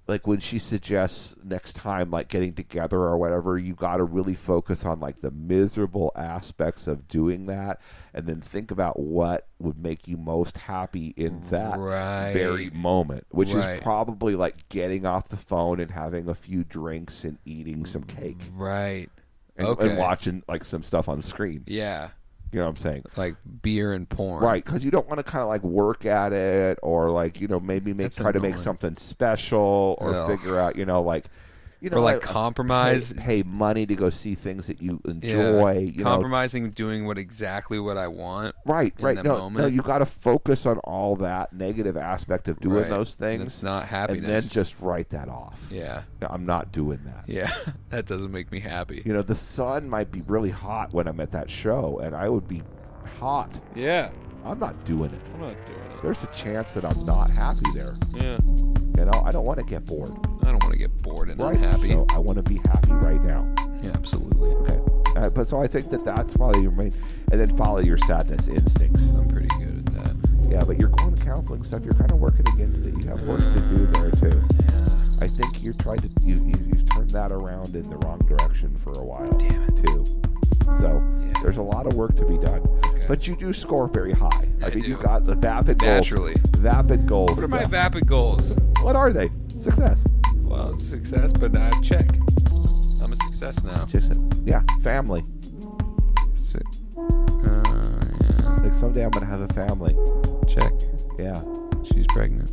Speaker 3: like when she suggests next time like getting together or whatever, you got to really focus on like the miserable aspects of doing that and then think about what would make you most happy in that
Speaker 2: Right.
Speaker 3: very moment, which
Speaker 2: Right.
Speaker 3: is probably like getting off the phone and having a few drinks and eating some cake
Speaker 2: Right.
Speaker 3: and, and
Speaker 2: okay.
Speaker 3: watching like some stuff on the screen.
Speaker 2: Yeah.
Speaker 3: You know what I'm saying?
Speaker 2: Like beer and porn.
Speaker 3: Right, because you don't want to kind of like work at it or like you know maybe make
Speaker 2: That's
Speaker 3: try to make
Speaker 2: annoying.
Speaker 3: something special or
Speaker 2: Ugh.
Speaker 3: figure out you know like you
Speaker 2: Or
Speaker 3: know
Speaker 2: like
Speaker 3: like,
Speaker 2: compromise.
Speaker 3: pay, pay money to go see things that you
Speaker 2: Yeah.
Speaker 3: enjoy. You know,
Speaker 2: Compromising, doing what exactly what I want.
Speaker 3: right,
Speaker 2: in
Speaker 3: right.
Speaker 2: that
Speaker 3: no, no,
Speaker 2: moment.
Speaker 3: you got to focus on all that negative aspect of doing
Speaker 2: Right.
Speaker 3: those
Speaker 2: And
Speaker 3: things.
Speaker 2: it's not
Speaker 3: and then
Speaker 2: happiness.
Speaker 3: just write that off.
Speaker 2: Yeah.
Speaker 3: No, I'm not doing that.
Speaker 2: Yeah. that doesn't make me happy.
Speaker 3: You know, the sun might be really hot when I'm at that show, and I would be hot.
Speaker 2: Yeah.
Speaker 3: I'm not doing it.
Speaker 2: I'm not doing
Speaker 3: There's a chance that I'm not happy there.
Speaker 2: it. Yeah.
Speaker 3: You know, I don't want to get bored.
Speaker 2: I don't want to get bored and
Speaker 3: right?
Speaker 2: unhappy.
Speaker 3: So I want to be happy right now.
Speaker 2: Yeah, absolutely.
Speaker 3: Okay. Uh, but so I think that that's probably your main, and then follow your sadness instincts.
Speaker 2: I'm pretty good at that.
Speaker 3: Yeah, but you're going to counseling stuff. You're kind of working against it. You have work to do there too.
Speaker 2: Yeah.
Speaker 3: I think you're trying to you, you you've turned that around in the wrong direction for a while. Damn it. Too. So
Speaker 2: Yeah.
Speaker 3: there's a lot of work to be done, but you do score very high. I,
Speaker 2: I
Speaker 3: mean,
Speaker 2: do.
Speaker 3: you got the vapid goals.
Speaker 2: Naturally.
Speaker 3: Vapid goals.
Speaker 2: What are my vapid goals?
Speaker 3: What are they? Success.
Speaker 2: Well, it's success, but I check. I'm a success now.
Speaker 3: Just yeah, family.
Speaker 2: Sit. Uh, yeah.
Speaker 3: Like someday I'm gonna have a family.
Speaker 2: Check.
Speaker 3: Yeah.
Speaker 2: She's pregnant.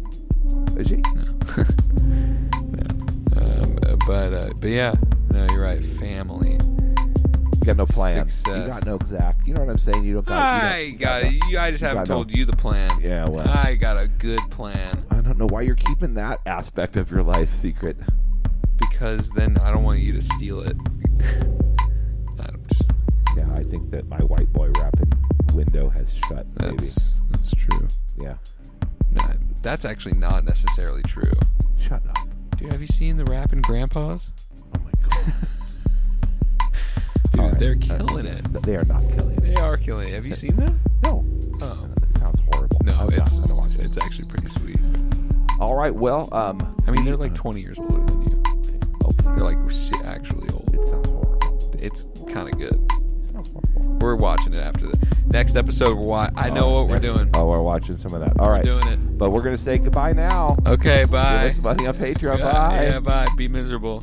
Speaker 3: Is she?
Speaker 2: No. no. Um, uh, but uh, but yeah. No, you're right. Family.
Speaker 3: You got no plan.
Speaker 2: Success.
Speaker 3: You got no exact. You know what I'm saying? You don't got. you don't-
Speaker 2: uh, I
Speaker 3: you
Speaker 2: got
Speaker 3: no-
Speaker 2: it. You, I just
Speaker 3: you
Speaker 2: haven't
Speaker 3: got no-
Speaker 2: told you the plan.
Speaker 3: Yeah, well.
Speaker 2: I got a good plan
Speaker 3: I don't know why you're keeping that aspect of your life secret.
Speaker 2: because then I don't want you to steal it. I don't just.
Speaker 3: Yeah, I think that my white boy rapping window has shut.
Speaker 2: That's
Speaker 3: Maybe.
Speaker 2: that's true.
Speaker 3: Yeah.
Speaker 2: No, that's actually not necessarily true.
Speaker 3: Shut up.
Speaker 2: Dude, have you seen the rapping grandpas?
Speaker 3: Oh my god.
Speaker 2: Dude,
Speaker 3: All right.
Speaker 2: they're
Speaker 3: All right.
Speaker 2: killing it.
Speaker 3: They are not killing it.
Speaker 2: They are killing it. Have you seen them?
Speaker 3: No.
Speaker 2: Oh.
Speaker 3: That sounds horrible.
Speaker 2: No,
Speaker 3: I'm
Speaker 2: it's
Speaker 3: not gonna watch it.
Speaker 2: it's actually pretty sweet.
Speaker 3: All right. Well, um,
Speaker 2: I mean, they're like 20 years older than you.
Speaker 3: okay.
Speaker 2: They're like shit, actually old.
Speaker 3: It sounds horrible.
Speaker 2: It's kind of good.
Speaker 3: It sounds horrible.
Speaker 2: We're watching it after the next episode. We're wa- I know
Speaker 3: All
Speaker 2: what
Speaker 3: right,
Speaker 2: we're
Speaker 3: next-
Speaker 2: doing.
Speaker 3: Oh, we're watching some of that. All
Speaker 2: We're
Speaker 3: right.
Speaker 2: doing it.
Speaker 3: But we're gonna say goodbye now.
Speaker 2: Okay, bye.
Speaker 3: Give us money on Patreon.
Speaker 2: Yeah,
Speaker 3: Bye.
Speaker 2: Yeah, bye. Be miserable.